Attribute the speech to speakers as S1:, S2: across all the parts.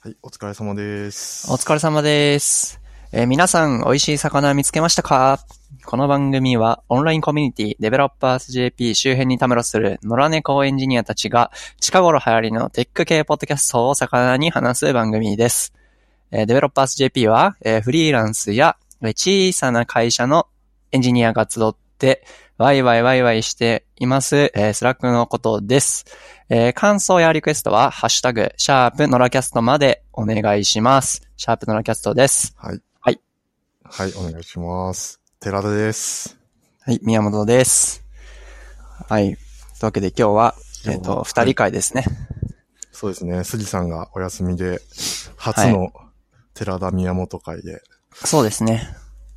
S1: はい、お疲れ様です。
S2: お疲れ様です。えー皆さん、美味しい魚見つけましたかこの番組は、オンラインコミュニティ、デベロッパーズ JP 周辺にたむろする野良猫エンジニアたちが、近頃流行りのテック系ポッドキャストを魚に話す番組です。えーデベロッパーズ JP は、えーフリーランスや、えー小さな会社のエンジニアが集って、ワイワイワイワイしています、えースラックのことです。えー感想やリクエストは、ハッシュタグ、シャープノラキャストまでお願いします。シャープノラキャストです。
S1: はい。
S2: はい。
S1: はい、お願いします。寺田です。
S2: はい、宮本です。はい。というわけで今日は、え
S1: 今
S2: っ、
S1: 日はは
S2: と、
S1: い
S2: 二人会ですね。
S1: そうですね、杉さんがお休みで、初の寺田宮本会で、
S2: そうですね。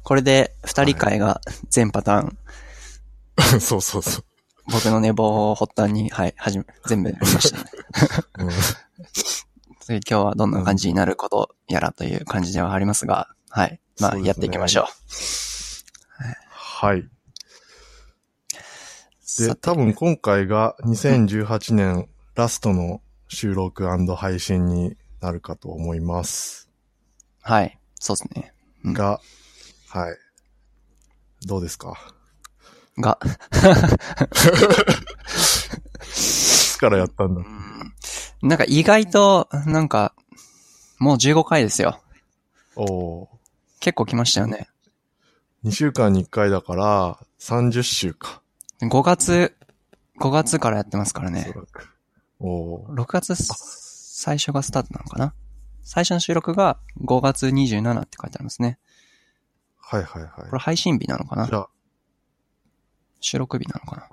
S2: これで二人会が全パターン、
S1: そうそうそう。
S2: 僕の寝坊を発端に、はい、始め、全部やりましたね。
S1: うん
S2: 次今日はどんな感じになることやらという感じではありますが、はい。ま
S1: そ
S2: あ、
S1: うですね
S2: やっていきましょ
S1: はい。
S2: う。
S1: で、
S2: さ
S1: 多分今回が2018年ラストの収録配信になるかと思います。
S2: はい。そうですね。うん
S1: が、はい。どうですか
S2: が、
S1: いつからやったんだ
S2: うんなんか意外と、なんか、もう15回ですよ。
S1: おお
S2: 結構来ましたよね。
S1: ー。2週間に1回だから、30週か。
S2: 5月、5月からやってますから
S1: お
S2: ね
S1: そ。らく。おー
S2: 6月最初がスタートなのかな最初の収録が5月27って書いてありますね。
S1: はいはい
S2: こ
S1: は
S2: れ配信日なのか
S1: い。
S2: な
S1: じゃあ、
S2: 収録日なのかな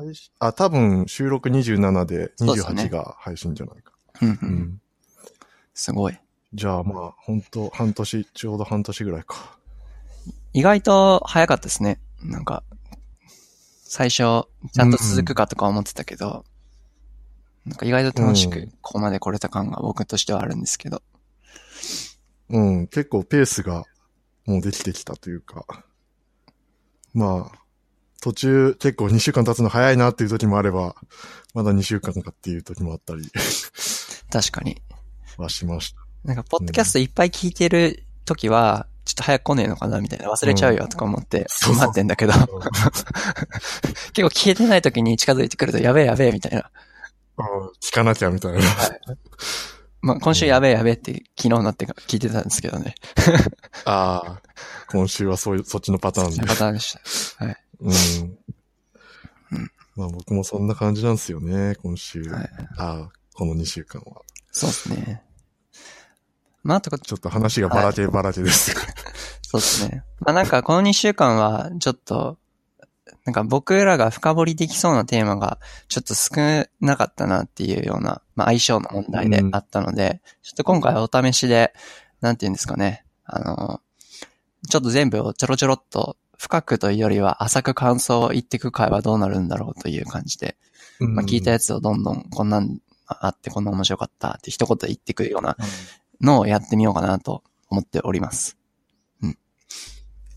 S1: 配信、あ、多分収録27で
S2: そうですね
S1: 28が配信じゃないか。
S2: うん
S1: う
S2: うん。
S1: ん。
S2: すごい。
S1: じゃあまあ、ほんと、半年、ちょうど半年ぐらいか。
S2: 意外と早かったですね。なんか、最初、ちゃんと続くかとか思ってたけど、なんか意外と楽し
S1: うん
S2: くここまで来れた感が僕としてはあるんですけど。
S1: うん、結構ペースがもうできてきたというか。まあ、途中結構2週間経つの早いなっていう時もあれば、まだ2週間かっていう時もあったり
S2: 確かに。
S1: はしました。
S2: なんか、ポッドキャストいっぱい聞いてる時は、ちょっと早く来ねえのかなみたいな、忘れちゃうよとか思って
S1: そうそう
S2: 待ってんだけど、結構消えてない時に近づいてくると、やべえやべえみたいな。
S1: うん聞かなきゃみたいな。
S2: まあ、今週やべえやべえって昨日になってから聞いてたんですけどね。
S1: ああ、今週はそういう、そっちのパターンで
S2: パ。ターンでした。
S1: うん
S2: うん。
S1: まあ僕もそんな感じなんですよね、今週。
S2: はい
S1: ああ、この2週間は。
S2: そうですね。まあ、あとか、
S1: ちょっと話がばらけばらけです。
S2: そうですね。まあ、なんか、この2週間は、ちょっと、なんか僕らが深掘りできそうなテーマが、ちょっと少なかったなっていうような、まあ、相性の問題であったので、ちょっと今回はお試しで、なんて言うんですかね、あの、ちょっと全部をちょろちょろっと、深くというよりは浅く感想を言っていく回はどうなるんだろうという感じで、まあ、聞いたやつをどんどんこんなんあってこんな面白かったって一言言ってくるような
S1: うん
S2: のをやってみようかなと思っております。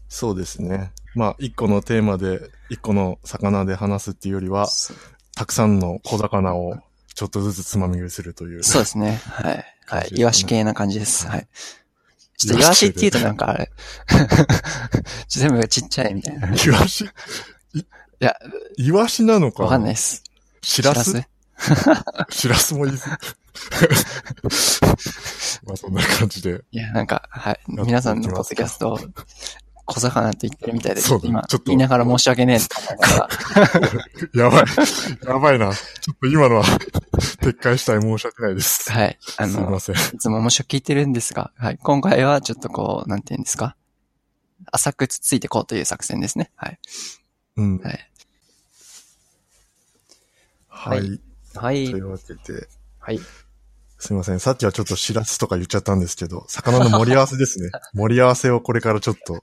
S1: そうですね。まあ、一個のテーマで、一個の魚で話すっていうよりは、たくさんの小魚をちょっとずつつまみ食いするという。
S2: そうですね。はい。
S1: 感
S2: は
S1: じですね
S2: い。イワシ系な感じです。はい。ちょっとイワシって言うとなんかあれ、 ちょ全部ちっちゃいみたいな。い
S1: イワシい
S2: や、
S1: イワシなのか
S2: わかんない
S1: い。
S2: です。
S1: シラ
S2: シ
S1: ス
S2: ラ
S1: シラスもいいです。 まあ、そんな感じで。
S2: いや、なんか、はい。
S1: や
S2: 皆さん
S1: い
S2: の
S1: き
S2: ポ
S1: ま
S2: ッ
S1: す
S2: ドキャストを小魚って言ってるみたいで、
S1: そうだね
S2: 今
S1: ちょっと、
S2: 言いながら申し訳ねえと思い ながら
S1: やばい。やばいな。ちょっと今のは撤回したい。申し訳ないです。
S2: はい。あ
S1: すいま
S2: の、
S1: せん。
S2: いつも面白く聞いてるんですが、はい。今回はちょっとこう、なんて言うんですか。浅くつついてこうという作戦ですね。はい。
S1: うん。
S2: はい。
S1: は。
S2: はいは
S1: と
S2: い
S1: いうわけで、
S2: はい。
S1: すいません。さっきはちょっとシラスとか言っちゃったんですけど、魚の盛り合わせです ね。盛り合わせをこれからちょっと、
S2: い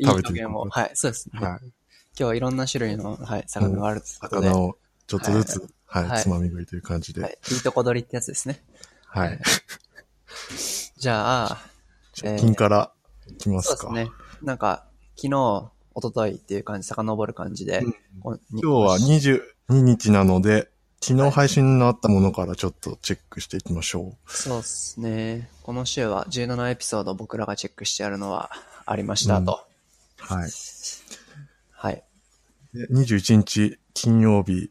S2: い
S1: 食べていこう
S2: 表現を。はい。そうですね。
S1: は
S2: 今日はいろんな種類の、はい、魚があるということで、
S1: 魚をちょっとずつ、はい、
S2: はい
S1: つまみ食いという感じで。
S2: は、
S1: はい
S2: いいとこ取りってやつですね。
S1: い。
S2: じゃあ、
S1: 直近からいきます
S2: そう
S1: か。
S2: ですね。なんか、昨日、一昨日っていう感じ、遡る感じで、
S1: うん
S2: こうに
S1: 今日は22日なので、昨日配信のあったものからちょっとチェックしていきましょ
S2: そうですね。この週は17エピソード僕らがチェックしてやるのはありましたと。
S1: う。はい。
S2: はい。
S1: で21日金曜日、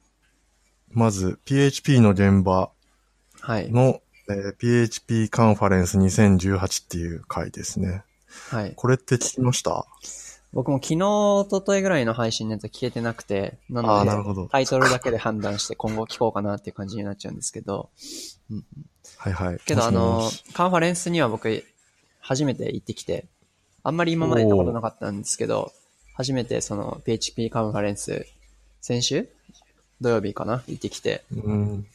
S1: まず PHP の現場
S2: はい。
S1: の、えー PHP カンファレンス2018っていう回ですね。
S2: はい。
S1: これって聞きました
S2: 僕も昨日、一昨日ぐらいの配信のやつは聞けてなくて、な
S1: ああ、なる
S2: ので、
S1: ほど。
S2: タイトルだけで判断して今後聞こうかなっていう感じになっちゃうんですけど、
S1: はいはい。
S2: けどあ
S1: も
S2: の
S1: し、
S2: カンファレンスには僕、初めて行ってきて、あんまり今まで行ったことなかったんですけど、初めてその PHP カンファレンス、先週土曜日かな行ってきて、
S1: もし、うん。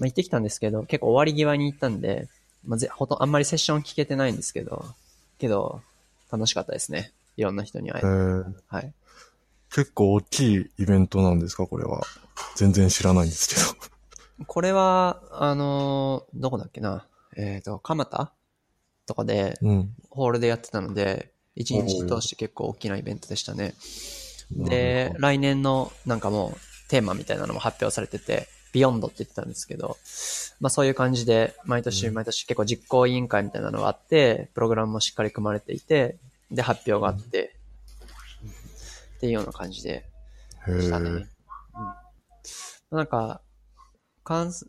S2: まあ、行ってきたんですけど、結構終わり際に行ったんで、まあ、ぜほとんあんまりセッション聞けてないんですけど、けど、楽しかったですね。いろんな人に会え
S1: え
S2: て。
S1: ー
S2: はい。
S1: 結構大きいイベントなんですかこれは。全然知らないんですけど。
S2: これは、あのーどこだっけな。えっ、と、蒲田とかで、
S1: うん。
S2: ホールでやってたので、一日通して結構大きなイベントでしたね。
S1: なる
S2: で
S1: ほ、ど
S2: 来年のなんかもうテーマみたいなのも発表されてて、ビヨンドって言ってたんですけど、まあそういう感じで、毎年毎年結構実行委員会みたいなのがあって、プログラムもしっかり組まれていて、で発表があって、っていうような感じでし
S1: へ
S2: た
S1: ー
S2: ね。うん、なんか、関す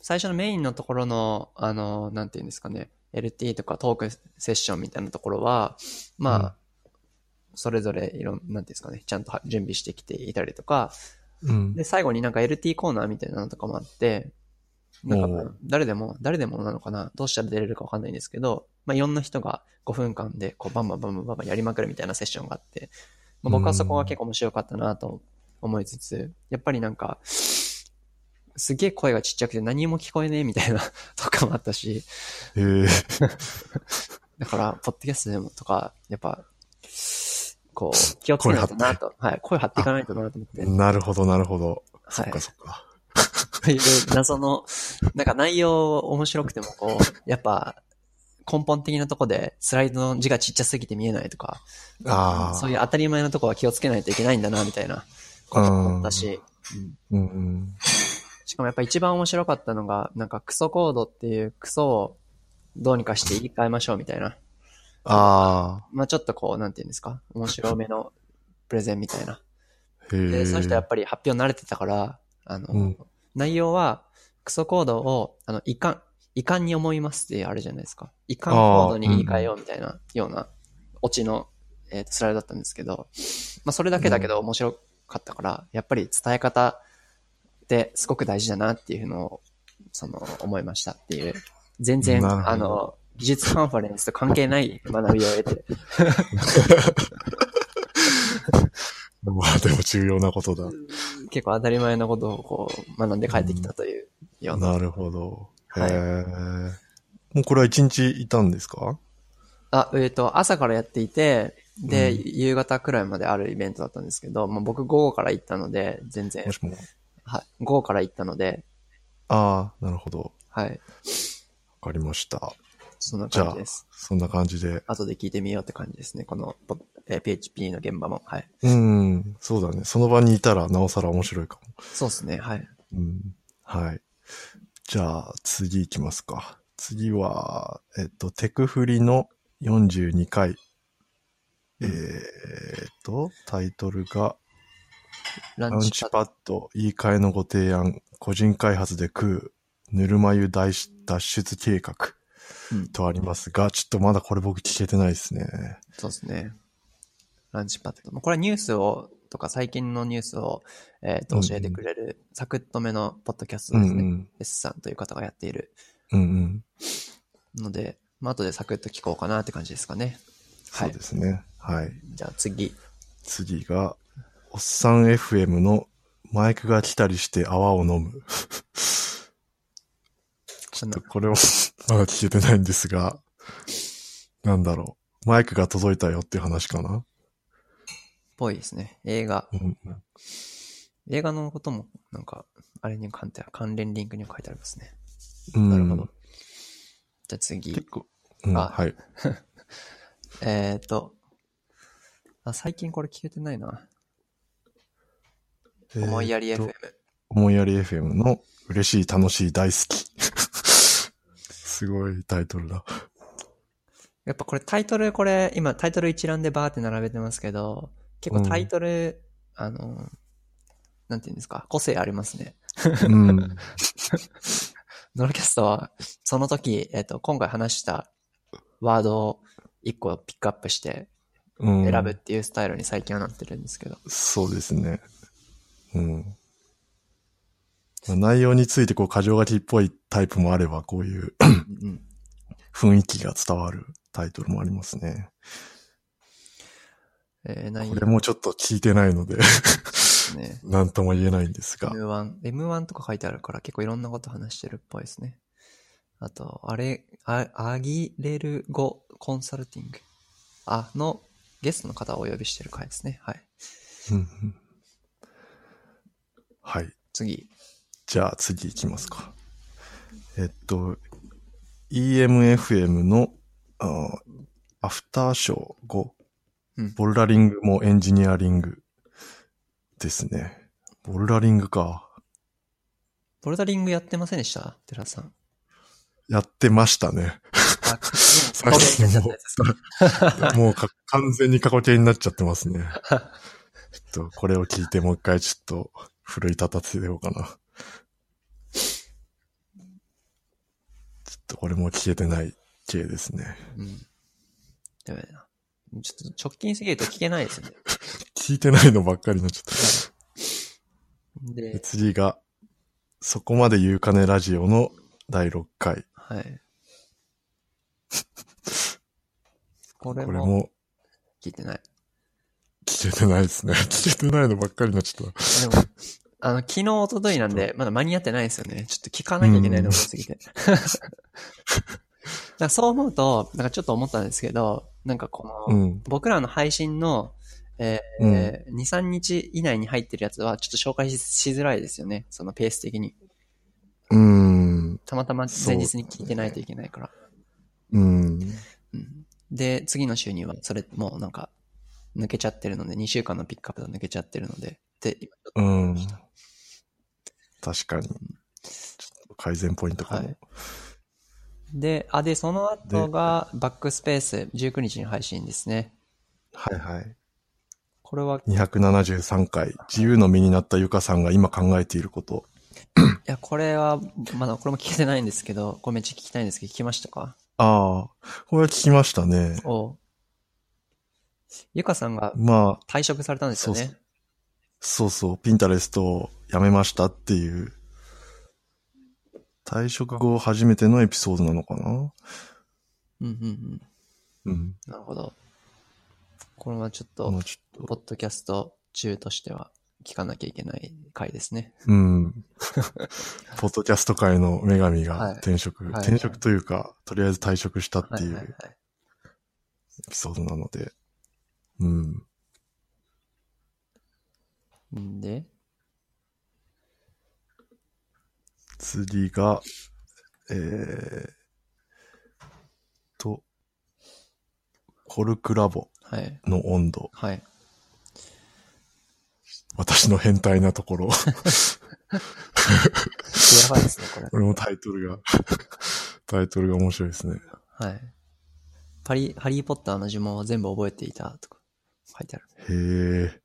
S2: 最初のメインのところの、あの、なんていうんですかね、LT とかトークセッションみたいなところは、まあ、それぞれいろん、なんていうんですかね、ちゃんとは準備してきていたりとか、
S1: うん。
S2: で、最後になんか LT コーナーみたいなのとかもあって、な
S1: お
S2: んか
S1: う
S2: 誰でも、誰でもなのかな、どうしたら出れるかわかんないんですけど、まあいろんな人が5分間でこうバンバンバンバンバンバンやりまくるみたいなセッションがあって、まあ、僕はそこが結構面白かったなと思いつつ、やっぱりなんか、すげえ声がちっちゃくて何も聞こえねえみたいな とかもあったし、
S1: へえ。
S2: だから、ポッドキャストでもとか、やっぱ、こう、気をつけないとなと。はい、声張っていかないとなと思って。
S1: なるほど、なるほど。
S2: は
S1: そっ
S2: い
S1: か。そっか。
S2: という謎の、なんか内容面白くてもこう、やっぱ、根本的なとこでスライドの字がちっちゃすぎて見えないとか、
S1: ああ。
S2: そういう当たり前のとこは気をつけないといけないんだな、みたいなことだったし、う
S1: う
S2: ん
S1: んうん。
S2: しかもやっぱ一番面白かったのが、なんかクソコードっていうクソをどうにかして言い換えましょうみたいな。
S1: あ
S2: まあちょっとこう、なんていうんですか、面白めのプレゼンみたいな。
S1: あ。へえ。
S2: で、その人はやっぱり発表慣れてたから、あの、
S1: うん
S2: 内容は、クソコードを、あの、遺憾、遺憾に思いますっていうあれじゃないですか。遺憾コードに言い換えようみたいなような、オチの、えーとスライドだったんですけど、まあ、それだけだけど面白かったから、やっぱり伝え方ってすごく大事だなっていうのを、その、思いましたっていう。全然、
S1: なるほど
S2: あの、技術カンファレンスと関係ない学びを得て、
S1: まあでも 重要なことだ。
S2: 結構当たり前のことをこう、学んで帰ってきたというような
S1: なるほど。へ
S2: はい
S1: え。もうこれは一日いたんですか
S2: あ、えっ、と、朝からやっていて、で、
S1: うん
S2: 夕方くらいまであるイベントだったんですけど、まあ、僕午後から行ったので、全然
S1: も、しも。
S2: はい、午後から行ったので、
S1: ああ、なるほど。
S2: はい、
S1: わかりました。
S2: そんな感じです。
S1: そんな感じで。
S2: 後で聞いてみようって感じですね。この、ポえー PHP の現場も。はい。
S1: うん、そうだね。その場にいたらなおさら面白いか
S2: そうですね。はい。
S1: も。うん。はい。じゃあ、次行きますか。次は、えっと、テクフリの42回。え
S2: う
S1: ー
S2: ん
S1: っと、タイトルが、
S2: ラ
S1: ラ
S2: ン
S1: ン
S2: チ
S1: チ
S2: パッ
S1: パッド、言い換えのご提案、個人開発で食う、ぬるま湯脱出脱出計画
S2: うん
S1: とありますが、ちょっとまだこれ僕聞けてないですね。
S2: そうですね。ランチパッド。まあこれはニュースを、とか最近のニュースを、えっ、と、教えてくれる、サクッとめのポッドキャスト
S1: う
S2: で
S1: ん
S2: す
S1: う
S2: ね。
S1: ん。
S2: S さんという方がやっている
S1: うんうん。
S2: ので、まあ、後でサクッと聞こうかなって感じですかね。は
S1: そう
S2: い
S1: で。すね。はい。
S2: じゃあ次。
S1: 次が、おっさん FM のマイクが来たりして泡を飲む。
S2: こんな
S1: これも まだ聞けてないんですが、なんだろう。マイクが届いたよっていう話かな。
S2: ぽいですね。映画。
S1: うん
S2: 映画のことも、なんか、あれに関係関連リンクに書いてありますね。
S1: うん。
S2: なるほど。じゃあ次
S1: 結。構。うん、
S2: あ
S1: はい。
S2: えっ、ー、と、あ、最近これ消えてないな。思いやり
S1: えーっと
S2: FM。
S1: 思いやり FM の嬉しい、楽しい、大好き。 すごいタイトル だ。
S2: やっぱこれタイトル、これ、今タイトル一覧でバーって並べてますけど、結構タイトル、あの、なんていうんですか、個性ありますね。
S1: うん。
S2: ノルキャストは、その時、えっ、と、今回話したワードを一個ピックアップして
S1: うん、
S2: 選ぶっていうスタイルに最近はなってるんですけど。
S1: そうですね。うん。まあ内容についてこう、過剰書きっぽいタイプもあれば、こういう
S2: うんうん
S1: 雰囲気が伝わるタイトルもありますね。
S2: えー、内容
S1: これもちょっと聞いてないので、
S2: ですね。
S1: なんとも言えないんですが。
S2: M1、M1 とか書いてあるから結構いろんなこと話してるっぽいですね。あと、あれ、あアギレル語コンサルティング。あ、の、ゲストの方をお呼びしてる回ですね。はい。
S1: うんうんはい。
S2: 次。
S1: じゃあ次行きますか。えっと、EMFM のあーアフターショー5、
S2: うん
S1: ボルダリングもエンジニアリングですね。ボルダリングか。
S2: ボルダリングやってませんでした寺さん。
S1: やってました ね。
S2: あ、
S1: 最近もう、もうか完全に過去形になっちゃってますね。ちょっとこれを聞いてもう一回ちょっと奮い立たせようかな。ちょっとこれも消えてない系ですね。
S2: うん。ダメだな。ちょっと直近すぎると聞けないですよね。
S1: 聞いてないのばっかりのちょっと。
S2: で、
S1: 次が、そこまで言うかねラジオの第6回。
S2: はい。こ
S1: これ
S2: れも
S1: も
S2: 聞いてない。
S1: 聞けてないですね。 聞けてないのばっかりのちょっと。
S2: でも、あの、昨日、一昨日なんで、まだ間に合ってないですよね。ちょっと聞かなきゃいけないのが多すぎて。 だからそう思うと、なんかちょっと思ったんですけど、なんかこの、
S1: うん。
S2: 僕らの配信の、えーえー2、3日以内に入ってるやつは、ちょっと紹介ししづらいですよね。そのペース的に。
S1: うん。
S2: たまたま前日に聞いてないといけないから。
S1: うん。
S2: うんで、次の週には、それ、もうなんか、抜けちゃってるので、2週間のピックアップが抜けちゃってるので、で、今ちょっと
S1: うん。確かに。ちょっと改善ポイントかも。
S2: はいで、あ、で、その後が、バックスペース、19日に配信ですね。
S1: はいはい。
S2: これは、い
S1: 273回、自由の身になったゆかさんが今考えていること。
S2: や、これは、まだ、これも聞けてないんですけど、これめっちゃ聞きたいんですけど、聞きましたか
S1: ああ、これは聞きましたね。
S2: おうゆかさんが
S1: まあ、
S2: 退職されたんですよね。
S1: そうそそうそう、ピンタレストをやめましたっていう、退職後初めてのエピソードなのかな
S2: うんうん
S1: う
S2: うん。
S1: ん。
S2: なるほど。これはちょっ
S1: ま
S2: と、
S1: あちょっと、
S2: ポッドキャスト中としては、聞かなきゃいけない回ですね。
S1: うん。 ポッドキャスト界の女神
S2: は
S1: が
S2: い
S1: 転職、
S2: はい
S1: 転職というか、とりあえず退職したっ
S2: は
S1: て
S2: い
S1: い
S2: はいは
S1: う
S2: い。
S1: エピソードなので、うん。
S2: んで、
S1: 次が、えー、と、コルクラボ
S2: はい。
S1: の温度。
S2: はい。
S1: 私の変態なところ。
S2: やばいですね、これ。
S1: これもタイトルが、 タイトルが面白いですね。
S2: はい。パリ、ハリーポッターの呪文は全部覚えていたとか書いてある。
S1: へえ。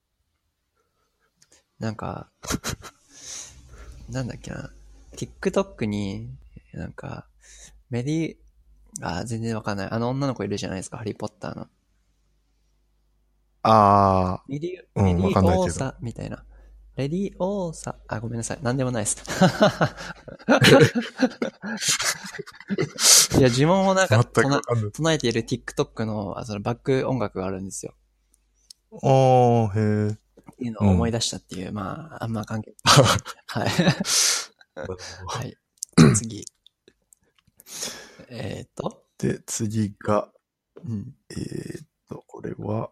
S2: なんか、 なんだっけな。TikTok に、なんか、メディ、あー、全然わかんない。あの女の子いるじゃないですか、ハリーポッターの。
S1: あ
S2: メディ、
S1: うん
S2: メデ
S1: わかんない
S2: ィ
S1: けど
S2: オーサみたいな。レディオーサ、あ、ごめんなさい。なんでもな いです。いや、呪文をなん
S1: あ、全
S2: か
S1: く
S2: 唱
S1: わ
S2: え、
S1: かんない。
S2: 唱えている TikTok の、あそのバック音楽があるんですよ。
S1: あー、へえ。
S2: っていうのを思い出したっていう、まあ、あんま関係 ない。はい。はい。次。えーっと、
S1: で、次が、
S2: うん。
S1: えー、っと、これは、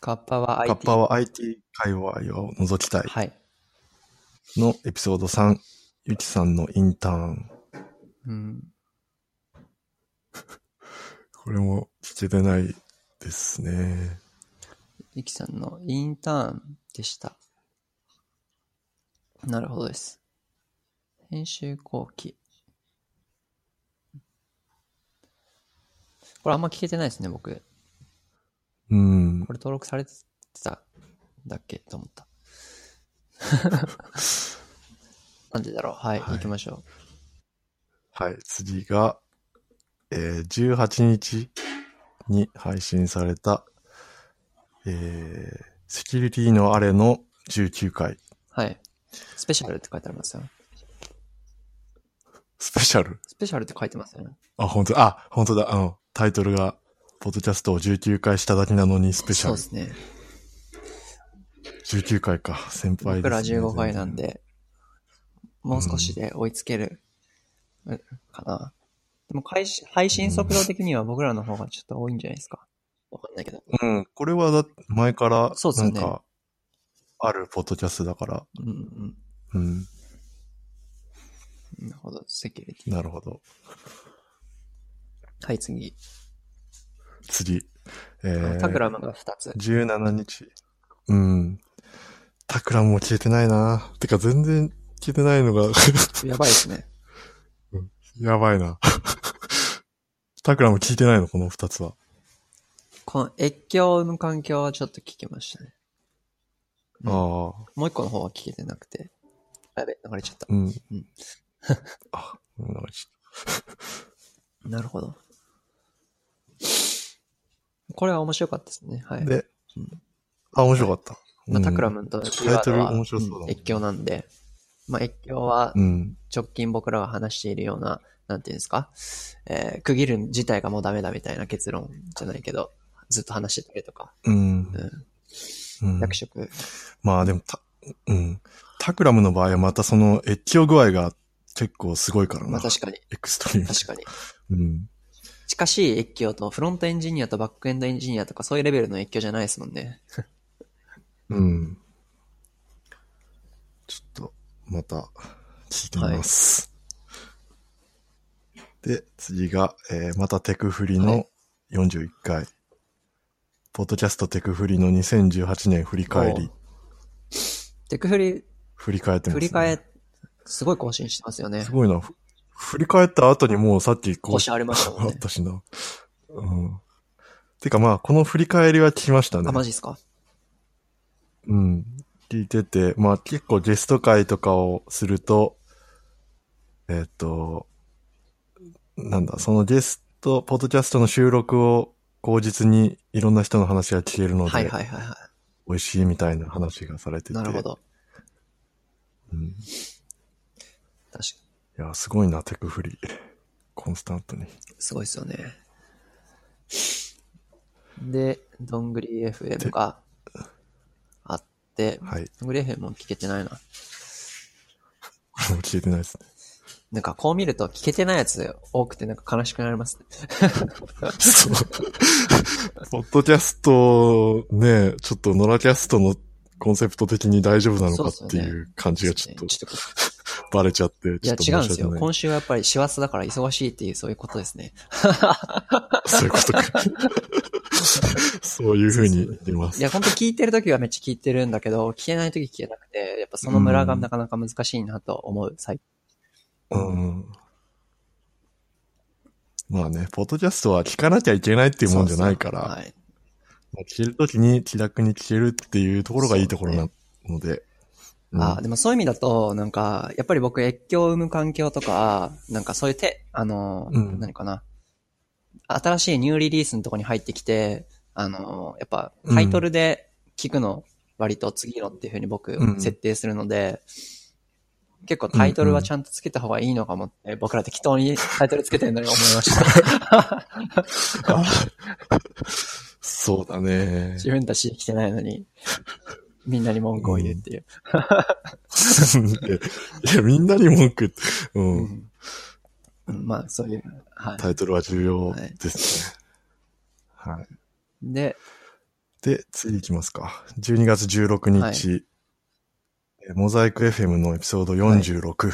S2: カッパは IT。
S1: カッパは IT 界隈を覗きたい
S2: はい。
S1: のエピソード3、ゆきさんのインターン。
S2: うん。
S1: これも聞けてないですね。
S2: ゆきさんのインターンでした。なるほどです。編集後期。これあんま聞けてないですね、僕。こ
S1: うん。
S2: れ登録されてただっけと思った。 なんでだろう。はい、
S1: はい
S2: 行きましょ
S1: はい、次が、えー18日に配信された、えーセキュリティのあれの19回、
S2: う。はい。スペシャルって書いてありますよ。
S1: スペシャル。
S2: スペシャルって書いてますよね。
S1: あ、本当あ、本当だ、あの、タイトルが、ポッドキャストを19回しただけなのにスペシ
S2: そ
S1: ャ
S2: う
S1: ル
S2: で。すね。
S1: 19回か、先輩です、
S2: 僕ら
S1: ね。
S2: 15回なん。で、もう少しで追いつける、うかな。でも開始、配信速度的には僕らの方がちょっと多いんじゃないですか。わかんないけど。
S1: うん、これはだって前から、
S2: そうです
S1: な
S2: よ
S1: ん
S2: ね
S1: か、あるポッドキャストだから、
S2: うんうん
S1: うん、
S2: うん。なるほど、セキュリティ。
S1: なるほど。
S2: はい、次。
S1: 次。えー、
S2: タクラムが2つ。
S1: 17日。うん。タクラも消えてないな。てか全然消えてないのが、
S2: やばいですね。
S1: やばいな。タクラも聞いてないの、この二つは。
S2: この越境を生む環境はちょっと聞きましたね。うん
S1: ああ。
S2: もう一個の方は聞けてなくて。あやべ、流れちゃった。
S1: うん
S2: うん。
S1: あ、うんなんかち
S2: なるほど。これは面白かったですね。はい。
S1: で
S2: うん、
S1: あ、面白かった。
S2: ま
S1: う
S2: あ、
S1: ん
S2: タクラムとキー
S1: タイ
S2: ワ
S1: ト
S2: ード
S1: ル
S2: は
S1: 面白そうだもん
S2: 越境なんで、まあ、越境は
S1: うん。
S2: 直近僕らが話しているような、なんていうんですか、えー区切る自体がもうダメだみたいな結論じゃないけど、ずっと話してたりとか、
S1: うん
S2: う。ん、
S1: うん
S2: 役職、
S1: まあでも、た、うん。タクラムの場合はまたその越境具合が結構すごいから
S2: ま
S1: な
S2: あ。確かに、
S1: エクストリーム。
S2: 確かに。
S1: うん。
S2: 近しい越境と、フロントエンジニアとバックエンドエンジニアとかそういうレベルの越境じゃないですもんね。
S1: うん。ちょっと、また、聞いてみます。で、次が、えーまたテクフリ
S2: は
S1: の
S2: い
S1: 41回。ポッドキャストテクフリの2018年振り返り。
S2: テクフリ、
S1: 振り返ってます、
S2: 振
S1: ね。
S2: り返、すごい更新してますよね
S1: す。ごいな。ふ振り返った後にもうさっきこう
S2: 更新ありましたもん
S1: あ
S2: ね
S1: っ。たしな。うん。てかまあ、この振り返りは聞きましたね
S2: あ、。マジですか
S1: うん。聞いてて、まあ結構ゲスト会とかをすると、えっ、と、なんだ、そのゲスト、ポッドキャストの収録を口実にいろんな人の話が聞けるので、
S2: はいはいはいは
S1: 美味しいみたいな話がされて
S2: い。
S1: て。
S2: なるほ。ど。
S1: うん、い
S2: 確か
S1: や、すごいな、テクフリ。コンスタントに。
S2: に。すごいですよね。で、どんぐり FM があって、
S1: はい。
S2: どんぐり FM も聞けてないな。
S1: これも聞いてない ですね。
S2: なんかこう見ると聞けてないやつ多くてなんか悲しくなりますね。
S1: そう。ポッドキャスト、ね、ちょっとノラキャストのコンセプト的に大丈夫なのかっていう感じがちょっと
S2: ちょっと
S1: バレちゃって、
S2: い
S1: ちょ
S2: や
S1: っと
S2: 違うんですよ。
S1: ない
S2: 今週はやっぱり師走だから忙しいっていうそういうことですね。
S1: そういう ことか。そういうふうに言いま
S2: い
S1: す。
S2: や、本当聞いてるときはめっちゃ聞いてるんだけど、聞けないとき聞けなくて、やっぱそのムラがなかなか難しいなと思う最
S1: うん。まあね、ポッドキャストは聞かなきゃいけないっていうもんじゃないから、
S2: そうそうはい。
S1: まあ聞けるときに気楽に聞けるっていうところがいいところなので。うん
S2: あーでもそういう意味だと、なんか、やっぱり僕、越境を生む環境とか、なんかそういう手、あのー、
S1: うん
S2: 何かな。新しいニューリリースのとこに入ってきて、あのー、やっぱタイトルで聞くの、割と次のっていうふうに僕
S1: う、ん
S2: 設定するので、結構タイトルはちゃんとつけた方がいいのかもって、僕ら適当にタイトルつけてるのに思いました。
S1: あそうだね。
S2: 自分たちで来てないのに、みんなに文句を言うっていう。
S1: いや、みんなに文句、うん、
S2: うんうんまあ、そういう、はい。
S1: タイトルは重要ですね。はい。
S2: で、
S1: で、次行きますか。12月16日、
S2: はい
S1: えモザイク FM のエピソード46、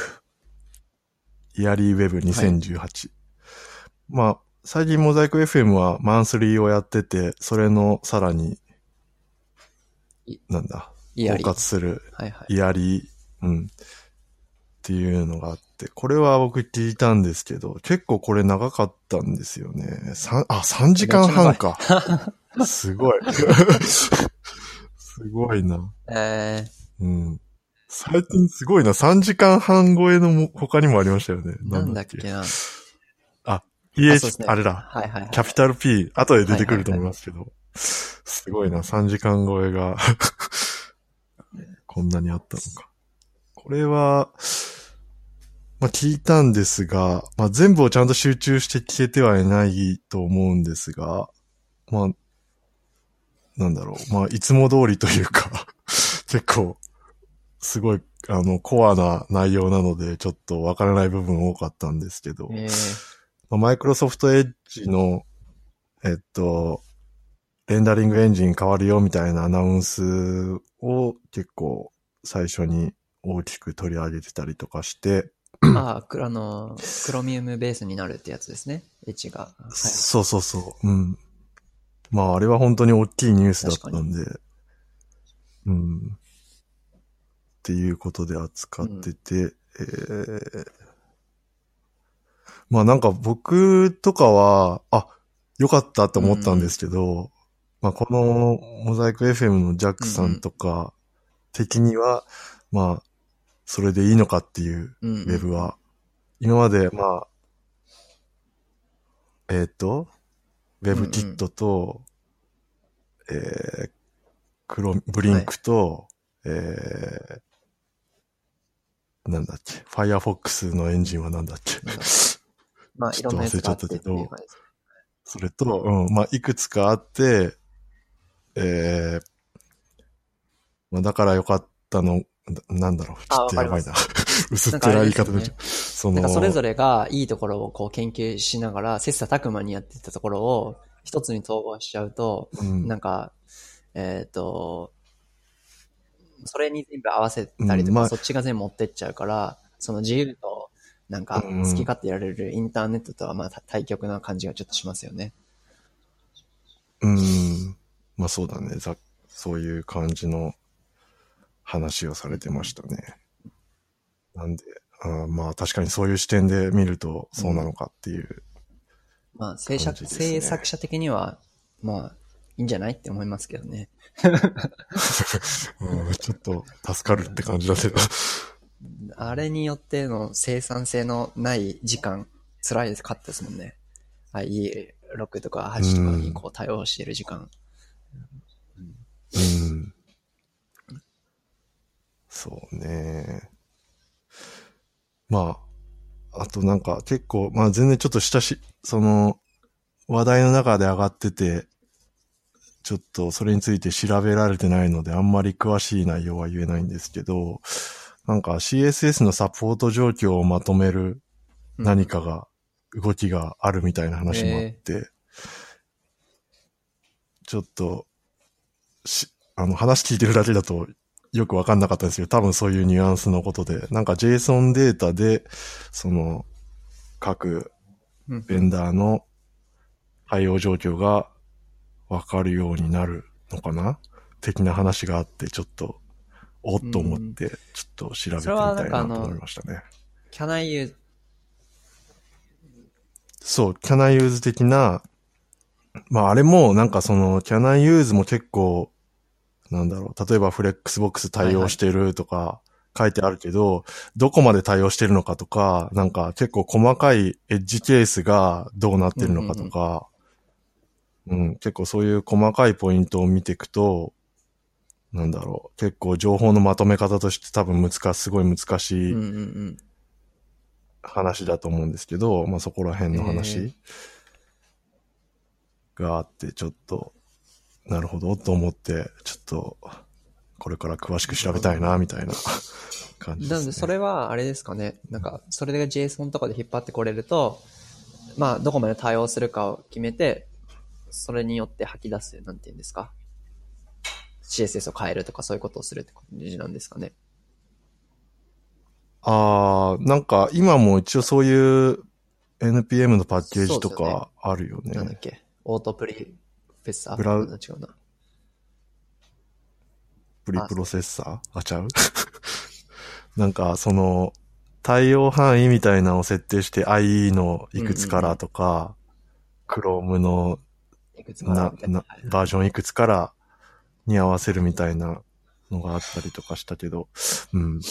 S1: イヤリーウェブ2018。まあ、最近モザイク FM はマンスリーをやってて、それのさらに
S2: い、
S1: なんだ、
S2: イ
S1: 包
S2: ヤリー。
S1: 括する
S2: はいはい。
S1: イヤリーうん。っていうのがあって、これは僕聞いたんですけど、結構これ長かったんですよね。三あ、3時間半か。す ごい。すごいな。
S2: え
S1: うん。最近すごいな。3時間半超えのも他にもありましたよね。
S2: ー、なんだっけな。あそうです
S1: PH、
S2: ね
S1: あれだ。
S2: はいはいはい。
S1: キャピタル P、後で出てくると思いますけど。すごいな、3時間超えが、 こんなにあったのか。これは、まあ聞いたんですが、まあ全部をちゃんと集中して聞けてはいないと思うんですが、まあ、なんだろう、まあいつも通りというか、 結構、すごい、あの、コアな内容なので、ちょっとわからない部分多かったんですけど、
S2: えー、
S1: まあマイクロソフトエッジの、えっと、レンダリングエンジン変わるよみたいなアナウンスを結構最初に大きく取り上げてたりとかして、
S2: あー、くあのー、クロミウムベースになるってやつですね。エッジが。はい。
S1: そうそうそう。うん。まあ、あれは本当に大きいニュースだったんで、うん。っていうことで扱ってて、えーまあなんか僕とかは、あ、良かったと思ったんですけど、まあこのモザイク FM のジャックさんとか的には、まあ、それでいいのかっていう
S2: うん、
S1: ウェブは。今まで、まあ、えっ、と、ウェブキットと、えー、クロ、ブリンクと、えー、なんだっけ、Firefox のエンジンはなんだっけ、
S2: なんだまあ、い
S1: ちょっと
S2: ろんなやつがあって
S1: 忘れちゃっ
S2: って
S1: たけど
S2: いう感じです。
S1: それと、うん、まあ、いくつかあって、えー、まあ、だから良かったの、ななんだろう、ちょっとやばいな。 薄っぺらい言い方で、
S2: なんかあれですよね
S1: そ
S2: なん
S1: の、
S2: かそれぞれがいいところをこう研究しながら、切磋琢磨にやってたところを一つに統合しちゃうと、
S1: うん
S2: なんか、えっ、と、それに全部合わせたりと
S1: う
S2: か、
S1: んまあ
S2: そっちが全部持ってっちゃうから、その自由と、なんか
S1: うん
S2: 好き勝手やれるインターネットとはまあた対極な感じがちょっとしますよね。
S1: うーん。まあそうだね。ざそういう感じの話をされてましたね。なんで、あーまあ確かにそういう視点で見るとそうなのかっていう。
S2: まあ制
S1: 感
S2: 作、
S1: じですね
S2: 制作者的には、まあ、いいんじゃないって思いますけどね。
S1: うん ちょっと助かるって感じだけど。
S2: あれによっての生産性のない時間、辛いかったですもんね。IE6 とか8とかにこう対応してる時間。
S1: うん。そうね。まあ、あとなんか結構、まあ全然ちょっと親し、その、話題の中で上がってて、ちょっとそれについて調べられてないので、あんまり詳しい内容は言えないんですけど、なんか CSS のサポート状況をまとめる
S2: うん
S1: 何かが、動きがあるみたいな話もあって、ちょっと、し、あの、話聞いてるだけだとよくわかんなかったんですけど、多分そういうニュアンスのことで、なんか JSON データで、その、各
S2: うん
S1: ベンダーの対応状況がわかるようになるのかな的な話があって、ちょっと、おっと思って、ちょっと調べてみたいなと思いましたね。
S2: Can I use
S1: そう、can I use 的な、まああれもなんかその can I use も結構、なんだろう、例えばフレックスボックス対応してるとか書いてあるけど、どこまで対応してるのかとか、なんか結構細かいエッジケースがどうなってるのかとか、うん結構そういう細かいポイントを見ていくと、なんだろう、結構情報のまとめ方として多分難し、すごい難しい
S2: うんうんうん。
S1: 話だと思うんですけど、まあそこら辺の
S2: え
S1: 話があって、ちょっと、なるほどと思って、ちょっと、これから詳しく調べたいな、み たいな感じで
S2: な
S1: す、ね。
S2: ので、それは、あれですかね。なんか、それが JSON とかで引っ張ってこれると、まあ、どこまで対応するかを決めて、それによって吐き出す、なんていうんですか。CSS を変えるとか、そういうことをするって感じなんですかね。
S1: ああ、なんか今も一応そういう NPM のパッケージと
S2: そうですよ
S1: かあるよね。
S2: なんだっけ。オートプリフェッサー
S1: ブラウ
S2: あ違うな。
S1: プリプロセッサーあちゃう なんか、その、対応範囲みたいなのを設定して IE のいくつからとか、Chrome の
S3: いくつもあ
S1: な
S3: るみたいな
S1: なバージョンいくつからに合わせるみたいなのがあったりとかしたけど、うん。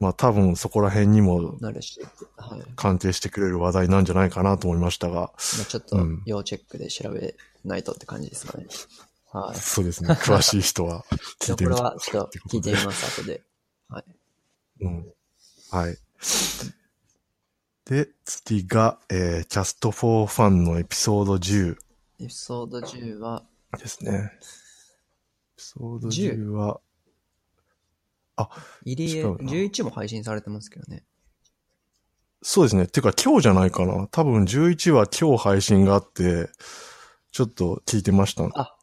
S1: まあ多分そこら辺にも
S3: なるし、はい。ま
S1: 関係してくれる話題なんじゃないかなと思いましたが、
S3: あ、ちょっと
S1: うん
S3: 要チェックで調べないとって感じですかね。はい。
S1: そうですね。詳しい人 は聞い
S3: こ
S1: て
S3: れ
S1: み
S3: は
S1: た。
S3: ちょっと聞いてみます、後で。
S1: うん。はい。で、次が、えー、キャスト4ファンのエピソード10
S3: エピソード10は、
S1: ですね。エピソード10は、
S3: 入江
S1: 違うな
S3: 11も配信されてますけどね。
S1: そうですね。てか今日じゃないかな。多分11は今日配信があって、ちょっと聞いてましたね。
S3: あ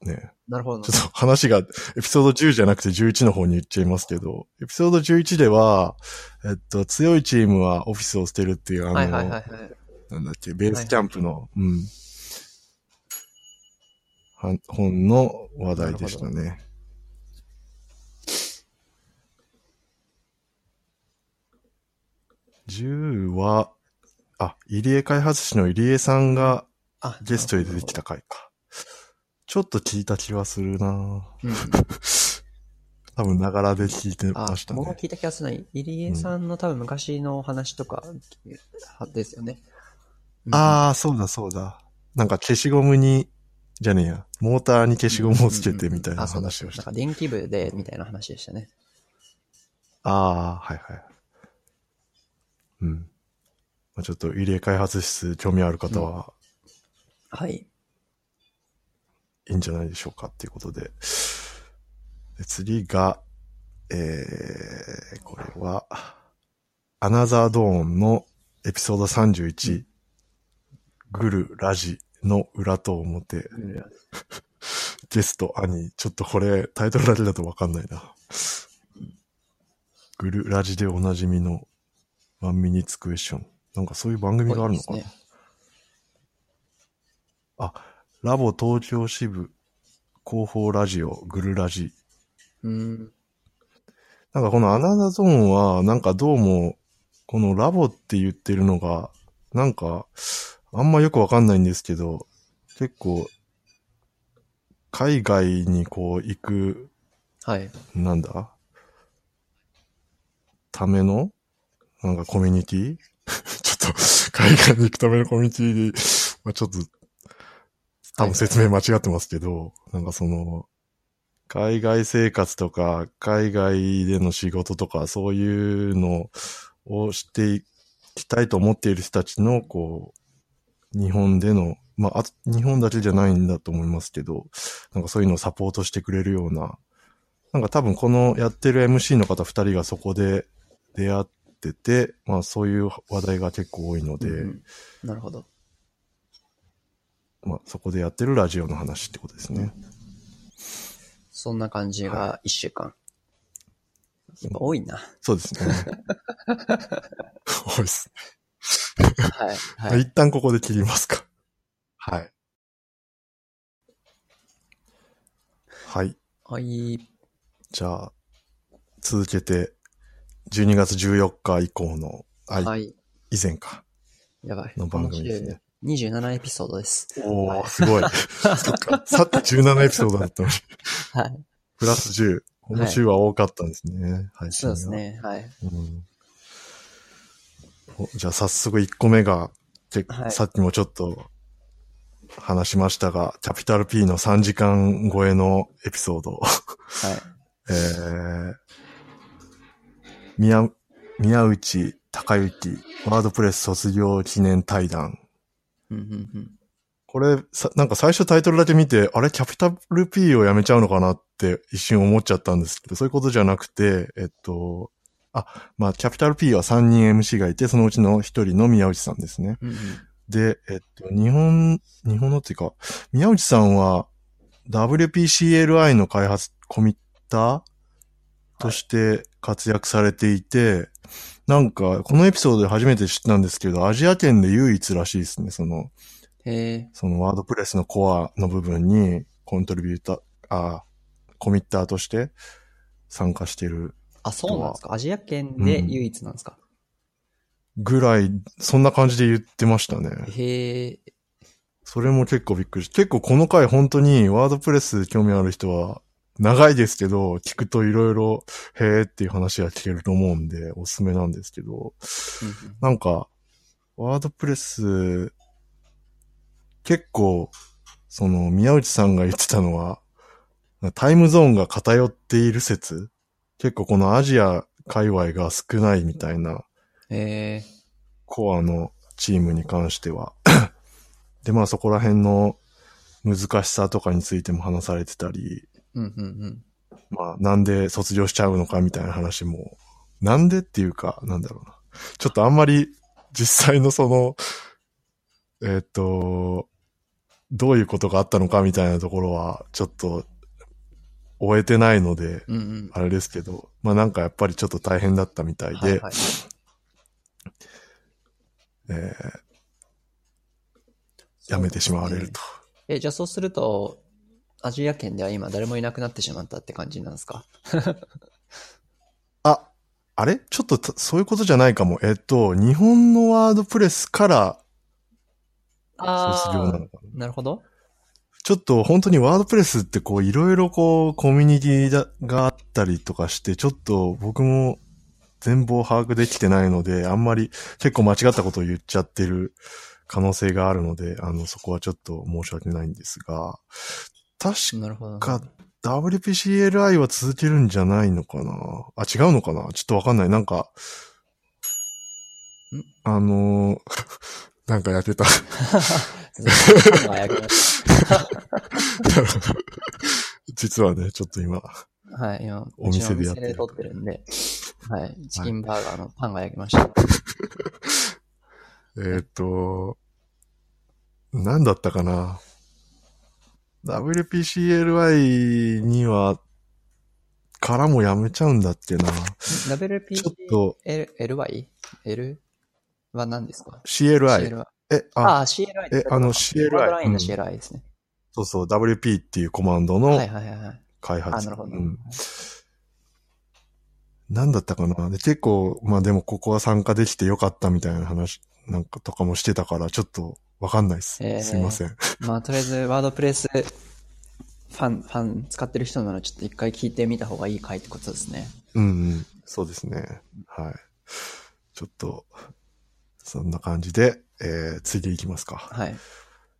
S3: なるほど。
S1: ちょっと話が、エピソード10じゃなくて11の方に言っちゃいますけど、エピソード11では、えっと、強いチームはオフィスを捨てるっていう、あの、
S3: はいはいはいはい。
S1: なんだっけ、ベースキャンプの、うん。は本の話題でしたね。10は、あ、入江開発士の入江さんが
S3: あ、
S1: ゲストで出てきた回か。ちょっと聞いた気はするな
S3: うん。
S1: 多分、ながらで聞いて
S3: あ
S1: まし、た
S3: 僕は
S1: ね。
S3: 聞いた気がするない。入江さんの多分昔のお話とか、ですよね。あ、
S1: ああ、そうだそうだ。なんか消しゴムに、じゃねえや、モーターに消しゴムをつけてみたいな
S3: あそうだ
S1: 話を
S3: なん
S1: した。
S3: か電気部で、みたいな話でしたね。
S1: ああ、はいはい。うん。まあ、ちょっと入江開発室興味ある方は
S3: はい。
S1: いいんじゃないでしょうかっていうことで。で次が、えー、これは、アナザードーンのエピソード31、グルラジの裏と表、ゲスト、兄。ちょっとこれ、タイトルだけだとわかんないな。グルラジでおなじみのワンミニッツクエスチョン。なんかそういう番組があるのかな、
S3: 多いですね
S1: ラボ東京支部広報ラジオグルラジ。
S3: うん。
S1: なんかこのアナザーゾーンは、なんかどうも、このラボって言ってるのが、なんか、あんまよくわかんないんですけど、結構、海外にこう行く
S3: はい。
S1: なんだためのなんかコミュニティ ちょっと、海外に行くためのコミュニティで、まあちょっと、多分説明間違ってますけど、なんかその、海外生活とか、海外での仕事とか、そういうのをしていきたいと思っている人たちの、こう、日本での、まあ、あと日本だけじゃないんだと思いますけど、なんかそういうのをサポートしてくれるような、なんか多分このやってる MC の方二人がそこで出会ってて、まあそういう話題が結構多いので、
S3: うんなるほど。
S1: まあそこでやってるラジオの話ってことですね。
S3: そんな感じが1週間。やっぱ多い な。
S1: そうですね。 多いっす。
S3: はい。は
S1: まあ
S3: い。
S1: 一旦ここで切りますか。はい。はい。
S3: はい。
S1: じゃあ、続けて、12月14日以降の、あ、
S3: はい。
S1: 以前か、
S3: やばい。
S1: の番組ですね。
S3: 面白い27エピソードです。
S1: おー、すごい。 そっか。さっき17エピソードだったのに。
S3: はい。
S1: プラス10。この週は多かったんですね。配
S3: そ
S1: 信
S3: う
S1: が
S3: です。ね。はい。
S1: うんおじゃあ早速1個目が、て
S3: はい
S1: さっきもちょっと話しましたが、キャピタル P の3時間超えのエピソード。
S3: はい。
S1: えー、宮、宮内隆之、ワードプレス卒業記念対談。
S3: うんうんうん。
S1: これ、さ、なんか最初タイトルだけ見て、あれ、キャピタル P をやめちゃうのかなって一瞬思っちゃったんですけど、そういうことじゃなくて、えっと、あ、まあ、キャピタル P は3人 MC がいて、そのうちの1人の宮内さんですね。
S3: うんうん
S1: で、えっと、日本、日本のっていうか、宮内さんは WPCLI の開発コミッターとして活躍されていて、なんか、このエピソードで初めて知ったんですけど、アジア圏で唯一らしいですね、その、
S3: へえ。
S1: そのワードプレスのコアの部分にコントリビューター、あーコミッターとして参加してる
S2: あ、そうなんですか。アジア圏で唯一なんですか。
S1: ぐらい、そんな感じで言ってましたね。
S2: へえ。
S1: それも結構びっくりし結構この回本当にワードプレス興味ある人は長いですけど、聞くといろいろ、へーっていう話が聞けると思うんで、おすすめなんですけど、なんか、ワードプレス、結構、その、宮内さんが言ってたのは、タイムゾーンが偏っている説結構このアジア界隈が少ないみたいな
S2: ええ。
S1: コアのチームに関しては。 で、まあそこら辺の難しさとかについても話されてたり、
S2: うんうんうん。
S1: まあなんで卒業しちゃうのかみたいな話も、なんでっていうか、なんだろうな。ちょっとあんまり実際のその、えーっ、と、どういうことがあったのかみたいなところは、ちょっと、終えてないので、
S2: うんうん。
S1: あれですけど、まあなんかやっぱりちょっと大変だったみたいで、
S2: はいはい。
S1: えーやめてしまわれると。
S2: え、じゃあそうすると、アジア圏では今誰もいなくなってしまったって感じなんですか
S1: あ、あれちょっとたそういうことじゃないかも。えっと、日本のワードプレスから卒業なの
S2: あ
S1: かな。
S2: ーなるほど。
S1: ちょっと本当にワードプレスってこういろいろこうコミュニティだがあったりとかして、ちょっと僕も全貌把握できてないので、あんまり結構間違ったことを言っちゃってる可能性があるので、あの、そこはちょっと申し訳ないんですが、確か
S2: なるほど。
S1: か、WPCLI は続けるんじゃないのかなあ、違うのかなちょっとわかんない。なんか、
S2: ん
S1: あのー なんかやってた。
S2: ファンがやけまし
S1: 実はね、ちょっと今、
S2: たはい、今、
S1: お店でやってる
S2: うちのお店で撮ってるんで、はい、チキンバーガーのパンが焼けました。
S1: えーっ、と、なんだったかな ?WPCLI には、からもやめちゃうんだっけな。ちょっ
S2: WPLY
S1: と、
S2: L は何ですか
S1: CLI。
S2: CLI
S1: え、あ、
S2: ああ、CLI
S1: え、あの
S2: ワード
S1: CLI
S2: ラインの CLI ですね。
S1: そうそう、WP っていうコマンドの
S2: はいはいはいはい。
S1: 開
S2: あ、
S1: 発。
S2: なるほ
S1: う
S2: ど。
S1: んなんだったかなで、結構、まあでもここは参加できてよかったみたいな話なんかとかもしてたから、ちょっとわかんないです。
S2: えー
S1: すいません。
S2: まあ、とりあえず、ワードプレス、ファン、ファン使ってる人なら、ちょっと一回聞いてみた方がいい回ってことですね。
S1: うんうん。そうですね。はい。ちょっと、そんな感じで、えー、次いきますか。
S2: はい。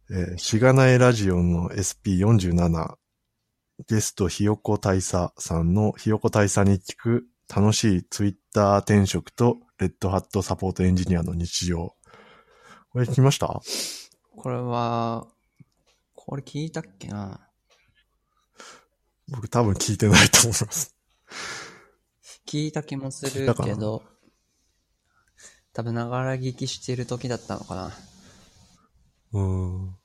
S1: えー、しがないラジオの SP47、ゲストひよこ大佐さんのひよこ大佐に聞く楽しいツイッター転職とレッドハットサポートエンジニアの日常。これ聞きました
S2: これは、これ聞いたっけな
S1: 僕多分聞いてないと思います。
S2: 聞いた気もす
S1: 聞い
S2: る
S1: たか
S2: け
S1: な
S2: ど、多分、ながら聞きしてる時だったのかな。
S1: うん。